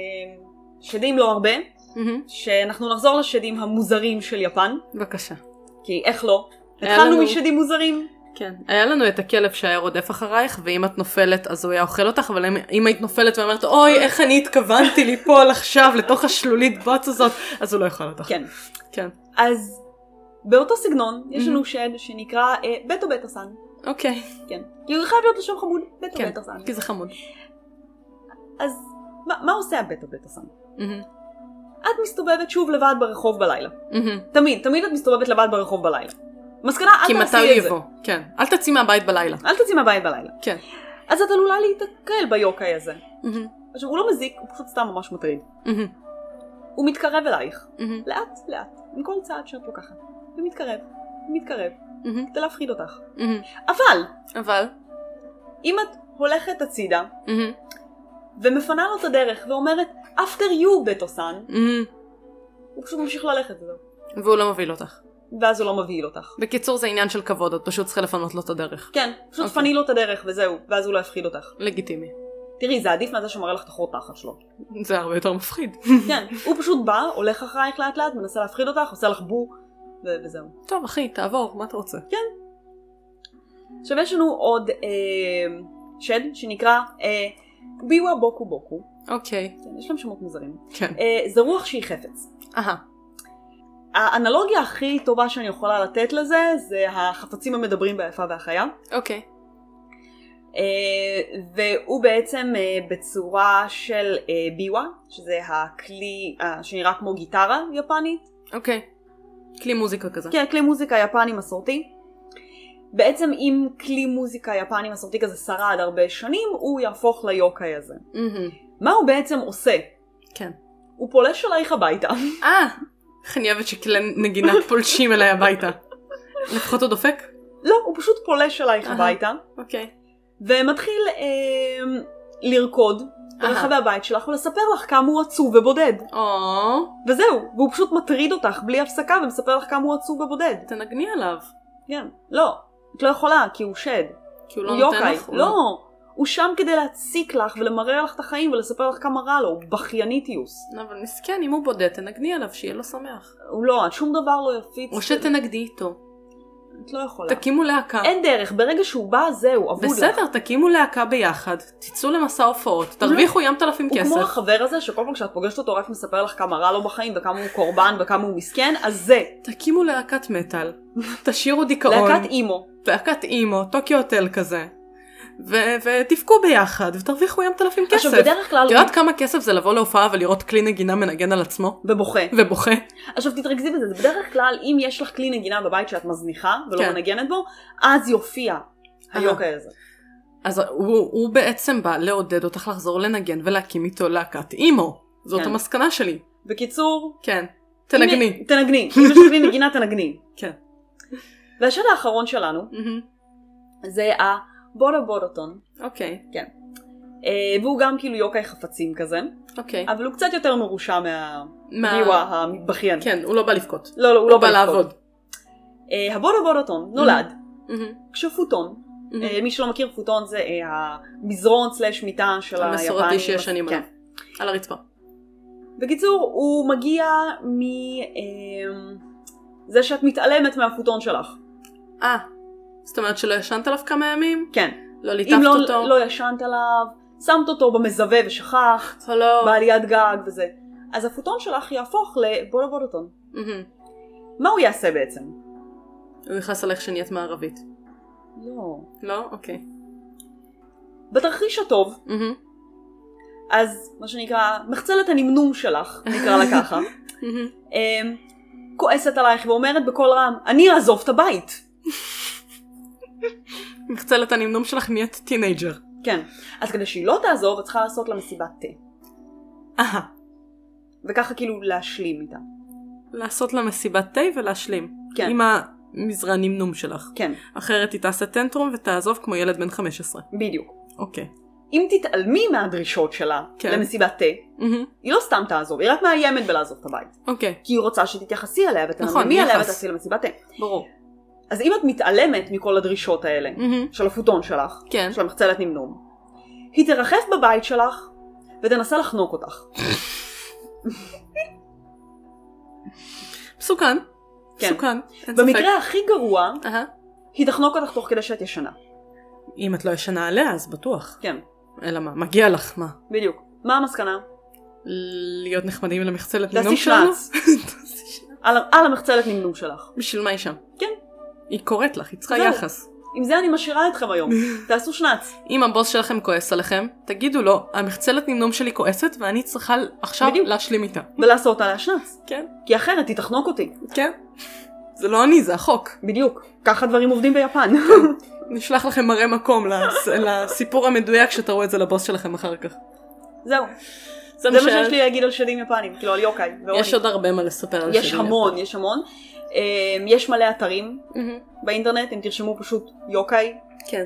A: שדים לא הרבה,
B: מהמם.
A: שאנחנו נחזור לשדים המוזרים של יפן,
B: בבקשה.
A: כי איך לא?
B: היה
A: התחלנו
B: לנו-
A: משדים מוזרים,
B: כן. היה לנו את הכלב שהיה רודף אחרייך, ואם את נופלת אז הוא היה אוכל אותך, אבל אם- אם היית נופלת ואומרת, אוי, איך אני התכוונתי ליפול עכשיו לתוך השלולית בוץ הזאת, אז הוא לא יאכל אותך.
A: כן.
B: כן.
A: אז באותו סגנון, יש לנו
B: מהמם.
A: שד שנקרא אה, בטו בטו סן.
B: אוקיי.
A: כן. כי הוא חייב להיות לשם חמוד, בטו
B: כן,
A: בטו סן.
B: כי זה חמוד.
A: אז מה, מה עושה הבטו בטו סן?
B: מהמם.
A: את מסתובבת שוב לבד ברחוב בלילה.
B: מהמם.
A: תמיד, תמיד את מסתובבת לבד ברחוב בלילה. מסקנה,
B: כי
A: אל
B: מתי הוא
A: תעשי את זה.
B: יבוא? כן. אל תצאי מהבית בלילה.
A: אל תצאי מהבית בלילה.
B: כן.
A: אז את עלולה להיתקל ביוקאי הזה.
B: מהמם.
A: עכשיו, הוא לא מזיק, הוא פשוט סתם ממש מטריד.
B: מהמם.
A: הוא מתקרב אלייך,
B: מהמם.
A: לאט לאט, עם כל צעד שאת לוקחת. הוא מתקרב, הוא מתקרב,
B: מהמם.
A: כדי להפחיד אותך.
B: מהמם.
A: אבל,
B: אבל,
A: אם את הולכת הצידה,
B: מהמם.
A: ומפנה לו את הדרך, ואומרת, after you, בטו סאן,
B: מהמם.
A: הוא פשוט ממשיך ללכת וזהו.
B: והוא לא מוביל אותך.
A: ואז הוא לא מבהיל אותך.
B: בקיצור זה עניין של כבוד, את פשוט צריכה לפנות לו את הדרך.
A: כן, פשוט
B: אוקיי.
A: פני לו את הדרך וזהו, ואז הוא לא יפחיד אותך.
B: לגיטימי.
A: תראי, זה עדיף מזה שמראה לך את החור תחת שלו.
B: זה הרבה יותר מפחיד.
A: כן, הוא פשוט בא, הולך אחרייך לאט לאט, מנסה להפחיד אותך, עושה לך בו, ו- וזהו.
B: טוב אחי, תעבור, מה אתה רוצה?
A: עכשיו יש לנו עוד אה, שד שנקרא אה, ביווה בוקו בוקו.
B: אוקיי.
A: כן, יש להם שמות מוזרים.
B: כן.
A: אה, זה רוח שהיא חפץ.
B: אהה.
A: האנלוגיה הכי טובה שאני יכולה לתת לזה זה החפצים המדברים ביפה והחיה.
B: אוקיי.
A: אה, והוא בעצם אה, בצורה של אה, ביווה, שזה הכלי אה, שנראה כמו גיטרה יפנית.
B: אוקיי. כלי מוזיקה כזה.
A: כן, כלי מוזיקה יפני מסורתי. בעצם אם כלי מוזיקה יפני מסורתי כזה שרד הרבה שנים, הוא יהפוך ליוקאי הזה.
B: מהמם.
A: מה הוא בעצם עושה?
B: כן.
A: הוא פולש אלייך הביתה. [laughs]
B: אה! איך אני אוהבת שכלי נגינה פולשים אליי הביתה. לפחות הוא דופק?
A: לא, הוא פשוט פולש אלייך
B: אהה.
A: הביתה,
B: אוקיי.
A: ומתחיל אה, לרקוד
B: אהה.
A: ברחבי הבית שלך ולספר לך כמה הוא עצוב ובודד.
B: או,
A: וזהו, והוא פשוט מטריד אותך בלי הפסקה ומספר לך כמה הוא עצוב ובודד.
B: תנגני עליו.
A: כן. לא, את לא יכולה, כי הוא שד.
B: כי הוא לא
A: הוא
B: נותן
A: יוקאי.
B: לך. הוא
A: לא, הוא שם כדי להציק לך ולמרר לך את החיים ולספר לך כמה רע לו, הוא בכייניטיוס.
B: לא, אבל מסכן, אם הוא בודד, תנגני עליו, שיהיה לו שמח.
A: הוא לא, את שום דבר לא יפיץ.
B: או שתנגדי איתו.
A: את לא יכולה.
B: תקימו להקה.
A: אין דרך, ברגע שהוא בא, זהו, אבוד לך.
B: בסדר, תקימו להקה ביחד, תצאו למסע הופעות, תרוויחו ים תלפים
A: הוא כמו
B: כסף.
A: החבר הזה שכל פעם כשאת פוגשת אותו רק מספר לך כמה רע לו בחיים וכמה הוא קורבן וכמה הוא מסכן, אז זה.
B: תקימו
A: [laughs]
B: להקת מטאל, תשאירו דיכאון,
A: להקת אימו.
B: להקת אימו, טוקיו הוטל כזה, ו- ותבכו ביחד, ותרוויחו ים תלפים כסף.
A: עכשיו בדרך כלל...
B: את יודעת כמה כסף זה לבוא להופעה ולראות כלי נגינה מנגן על עצמו?
A: ובוכה.
B: ובוכה?
A: עכשיו תתרכזי בזה, זה בדרך כלל אם יש לך כלי נגינה בבית שאת מזניחה ולא
B: כן.
A: מנגנת בו, אז יופיע היוקר הזה.
B: אז הוא, הוא בעצם בא לעודד אותך לחזור לנגן ולהקים איתו להקת אימו. זאת
A: כן.
B: המסקנה שלי.
A: בקיצור,
B: כן. תנגני.
A: אם- תנגני. אם יש לך כלי נגינה תנגני.
B: [laughs] כן.
A: והשד האחרון שלנו
B: מהמם.
A: זה הבודו בודוטון,
B: אוקיי.
A: אה, והוא גם כאילו יוקאי חפצים כזה,
B: אוקיי.
A: אבל הוא קצת יותר מרושע מהביווה
B: מה-
A: המתבכיין.
B: כן, הוא לא בא לבכות.
A: לא, לא, הוא
B: הוא
A: לא
B: בא
A: בא לבכות.
B: לעבוד.
A: אה, הבודו בודוטון נולד
B: מהמם.
A: כשפוטון.
B: מהמם.
A: אה, מי שלא מכיר, פוטון זה אה, המזרון סלאש מיטה של היפנים.
B: המסורתי שיש שנים
A: כן.
B: עליו. על הרצפה.
A: בקיצור, הוא מגיע מ... אה, זה שאת מתעלמת מהפוטון שלך.
B: אה. זאת אומרת שלא ישנת עליו כמה ימים?
A: כן.
B: לא ליטפת
A: אם לא,
B: אותו?
A: לא ישנת עליו, שמת אותו במזווה ושכח,
B: הלו.
A: בעליית גג וזה. אז הפוטון שלך יהפוך לבולבולוטון.
B: מהמם.
A: מה הוא יעשה בעצם?
B: הוא יכעס על איך שנהיית מערבית.
A: לא.
B: לא? אוקיי.
A: בתרחיש הטוב,
B: מהמם.
A: אז מה שנקרא, מחצלת הנמנום שלך, נקרא לה
B: [laughs]
A: ככה,
B: מהמם.
A: אמ, כועסת עלייך ואומרת בקול רם, אני אעזוב את הבית.
B: מחצלת הנמנום שלך נהיית טינג'ר.
A: כן. אז כדי שהיא לא תעזוב, את צריכה לעשות לה מסיבת תה.
B: אהה.
A: וככה כאילו להשלים איתה.
B: לעשות לה מסיבת תה ולהשלים.
A: כן.
B: עם המזרע נמנום שלך.
A: כן,
B: אחרת היא תעשה טנטרום ותעזוב כמו ילד בן 15.
A: בדיוק.
B: אוקיי.
A: אם תתעלמי מהדרישות שלה
B: כן.
A: למסיבת תה,
B: מהמם.
A: היא לא סתם תעזוב, היא רק מאיימת בלעזוב את הבית.
B: אוקיי.
A: כי היא רוצה שתתייחסי אליה
B: נכון,
A: ותנמי עליה
B: יחס.
A: ותעשי לה מסיבת תה.
B: ברור.
A: אז אם את מתעלמת מכל הדרישות האלה,
B: מהמם.
A: של הפוטון שלך,
B: Mm. כן.
A: של המחצלת נמנום, היא תרחף בבית שלך ותנסה לחנוק אותך.
B: מסוכן.
A: כן.
B: מסוכן. אין ספק.
A: במקרה הכי גרוע,
B: אהה.
A: היא תחנוק אותך תוך כדי שאת ישנה.
B: אם את לא ישנה עליה אז בטוח.
A: כן,
B: אלא מה, מגיע לך מה?
A: בדיוק. מה המסקנה?
B: להיות נחמדים למחצלת
A: תעשי
B: נינום שלנו?
A: שנץ. על, על המחצלת נמנום שלך.
B: [laughs] בשביל מה היא שם?
A: כן.
B: היא קוראת לך, היא צריכה
A: זהו.
B: יחס.
A: עם זה אני משאירה אתכם
B: [laughs]
A: היום. תעשו שנץ.
B: אם הבוס שלכם כועס עליכם, תגידו לו, המחצלת נינום שלי כועסת ואני צריכה עכשיו
A: בדיוק.
B: להשלים איתה.
A: ולעשות עליה שנץ.
B: כן.
A: כי אחרת היא תחנוק אותי.
B: כן. זה לא אני, זה החוק.
A: בדיוק. ככה דברים עובדים ביפן.
B: כן. נשלח לכם מראה מקום לס- [laughs] לסיפור המדויק שתראו את זה לבוס שלכם אחר כך.
A: [laughs] זהו.
B: זה
A: זה מה שיש לי להגיד על שדים יפנים. כאילו על יוקאי. ועוד.
B: יש עוד הרבה מה לספר על
A: יש
B: שדים.
A: המון, יש המון. אמ, יש מלא אתרים
B: מהמם.
A: באינטרנט, אם תרשמו פשוט יוקאי,
B: כן.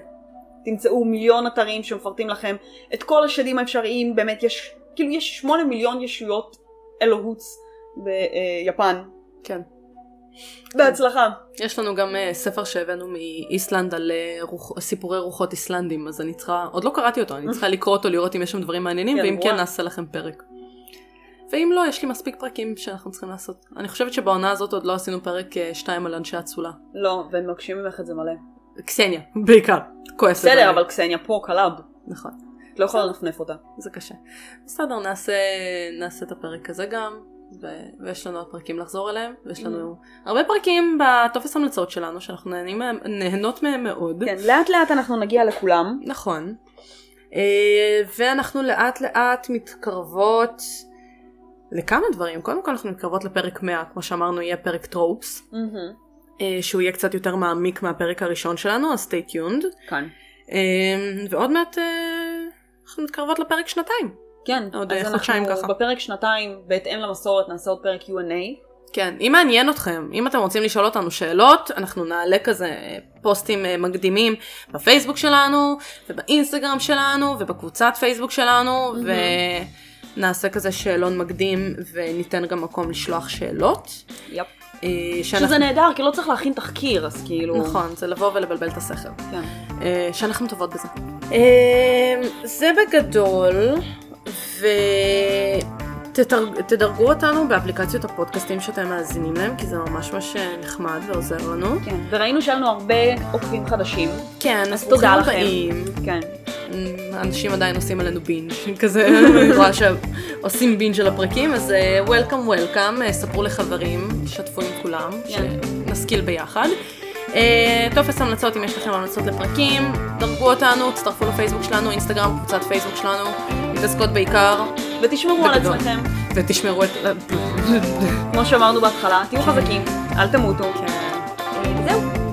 A: תמצאו מיליון אתרים שמפרטים לכם את כל השדים האפשריים, באמת יש, כאילו יש שמונה מיליון ישויות אלוהוץ ביפן,
B: כן.
A: בהצלחה.
B: יש לנו גם אה, ספר שהבאנו מאיסלנד על אה, רוח, סיפורי רוחות איסלנדים, אז אני צריכה, עוד לא קראתי אותו, אני צריכה לקרוא אותו, לראות אם יש שם דברים מעניינים,
A: כן,
B: ואם
A: נורא.
B: כן נעשה לכם פרק. ואם לא, יש לי מספיק פרקים שאנחנו צריכים לעשות. אני חושבת שבעונה הזאת עוד לא עשינו פרק 2 על אנשי אצולה.
A: לא, והם מבקשים ממך את זה מלא.
B: קסניה, בעיקר. כועסת.
A: בסדר,
B: עליי.
A: אבל קסניה פה, קלאב.
B: נכון,
A: את לא יכולה לנפנף אותה.
B: זה קשה. בסדר, נעשה, נעשה את הפרק הזה גם, ו... ויש לנו עוד פרקים לחזור אליהם, ויש לנו הרבה פרקים בטופס המלצות שלנו, שאנחנו נהנים מהם, נהנות מהם מאוד.
A: כן, לאט לאט אנחנו נגיע לכולם.
B: נכון. אה, ואנחנו לאט לאט מתקרבות לכמה דברים. קודם כל אנחנו מתקרבות לפרק 100, כמו שאמרנו, יהיה פרק טרופס, אה, שהוא יהיה קצת יותר מעמיק מהפרק הראשון שלנו, אז stay tuned.
A: כאן.
B: אה, ועוד מעט אה, אנחנו מתקרבות לפרק שנתיים.
A: כן,
B: עוד
A: אז
B: חודשיים
A: אנחנו
B: ככה.
A: בפרק שנתיים, בהתאם למסורת, נעשה עוד פרק Q&A.
B: כן, אם מעניין אתכם, אם אתם רוצים לשאול אותנו שאלות, אנחנו נעלה כזה אה, פוסטים אה, מקדימים בפייסבוק שלנו, ובאינסטגרם שלנו, ובקבוצת פייסבוק שלנו, ונעשה כזה שאלון מקדים, וניתן גם מקום לשלוח שאלות.
A: יפ.
B: אה, שאנחנו-
A: שזה נהדר, כי לא צריך להכין תחקיר, אז כאילו...
B: נכון, זה לבוא ולבלבל את השכל.
A: כן.
B: אה, שאנחנו טובות בזה. אה, זה בגדול, ותדרגו אותנו באפליקציות הפודקאסטים שאתם מאזינים להם, כי זה ממש ממש נחמד ועוזר לנו.
A: כן. וראינו שהיה לנו הרבה עוקבים חדשים.
B: כן,
A: אז
B: אז
A: תודה
B: תודה
A: לכם.
B: לכם.
A: כן.
B: אנשים עדיין עושים עלינו בינג' [laughs] כזה, אני רואה שעושים בינג' על הפרקים, אז אה, וולקאם וולקאם, אה, ספרו לחברים, שתפו עם כולם,
A: כן.
B: שנשכיל ביחד. אה, טופס המלצות, אם יש לכם המלצות לפרקים, דרגו אותנו, תצטרפו לפייסבוק שלנו, אינסטגרם, קבוצת פייסבוק שלנו, מתעסקות בעיקר,
A: ותשמרו על
B: בגדול.
A: עצמכם,
B: ותשמרו את...
A: כמו שאמרנו בהתחלה, תהיו חזקים, אל תמותו.
B: [laughs] כן.
A: אה, זהו.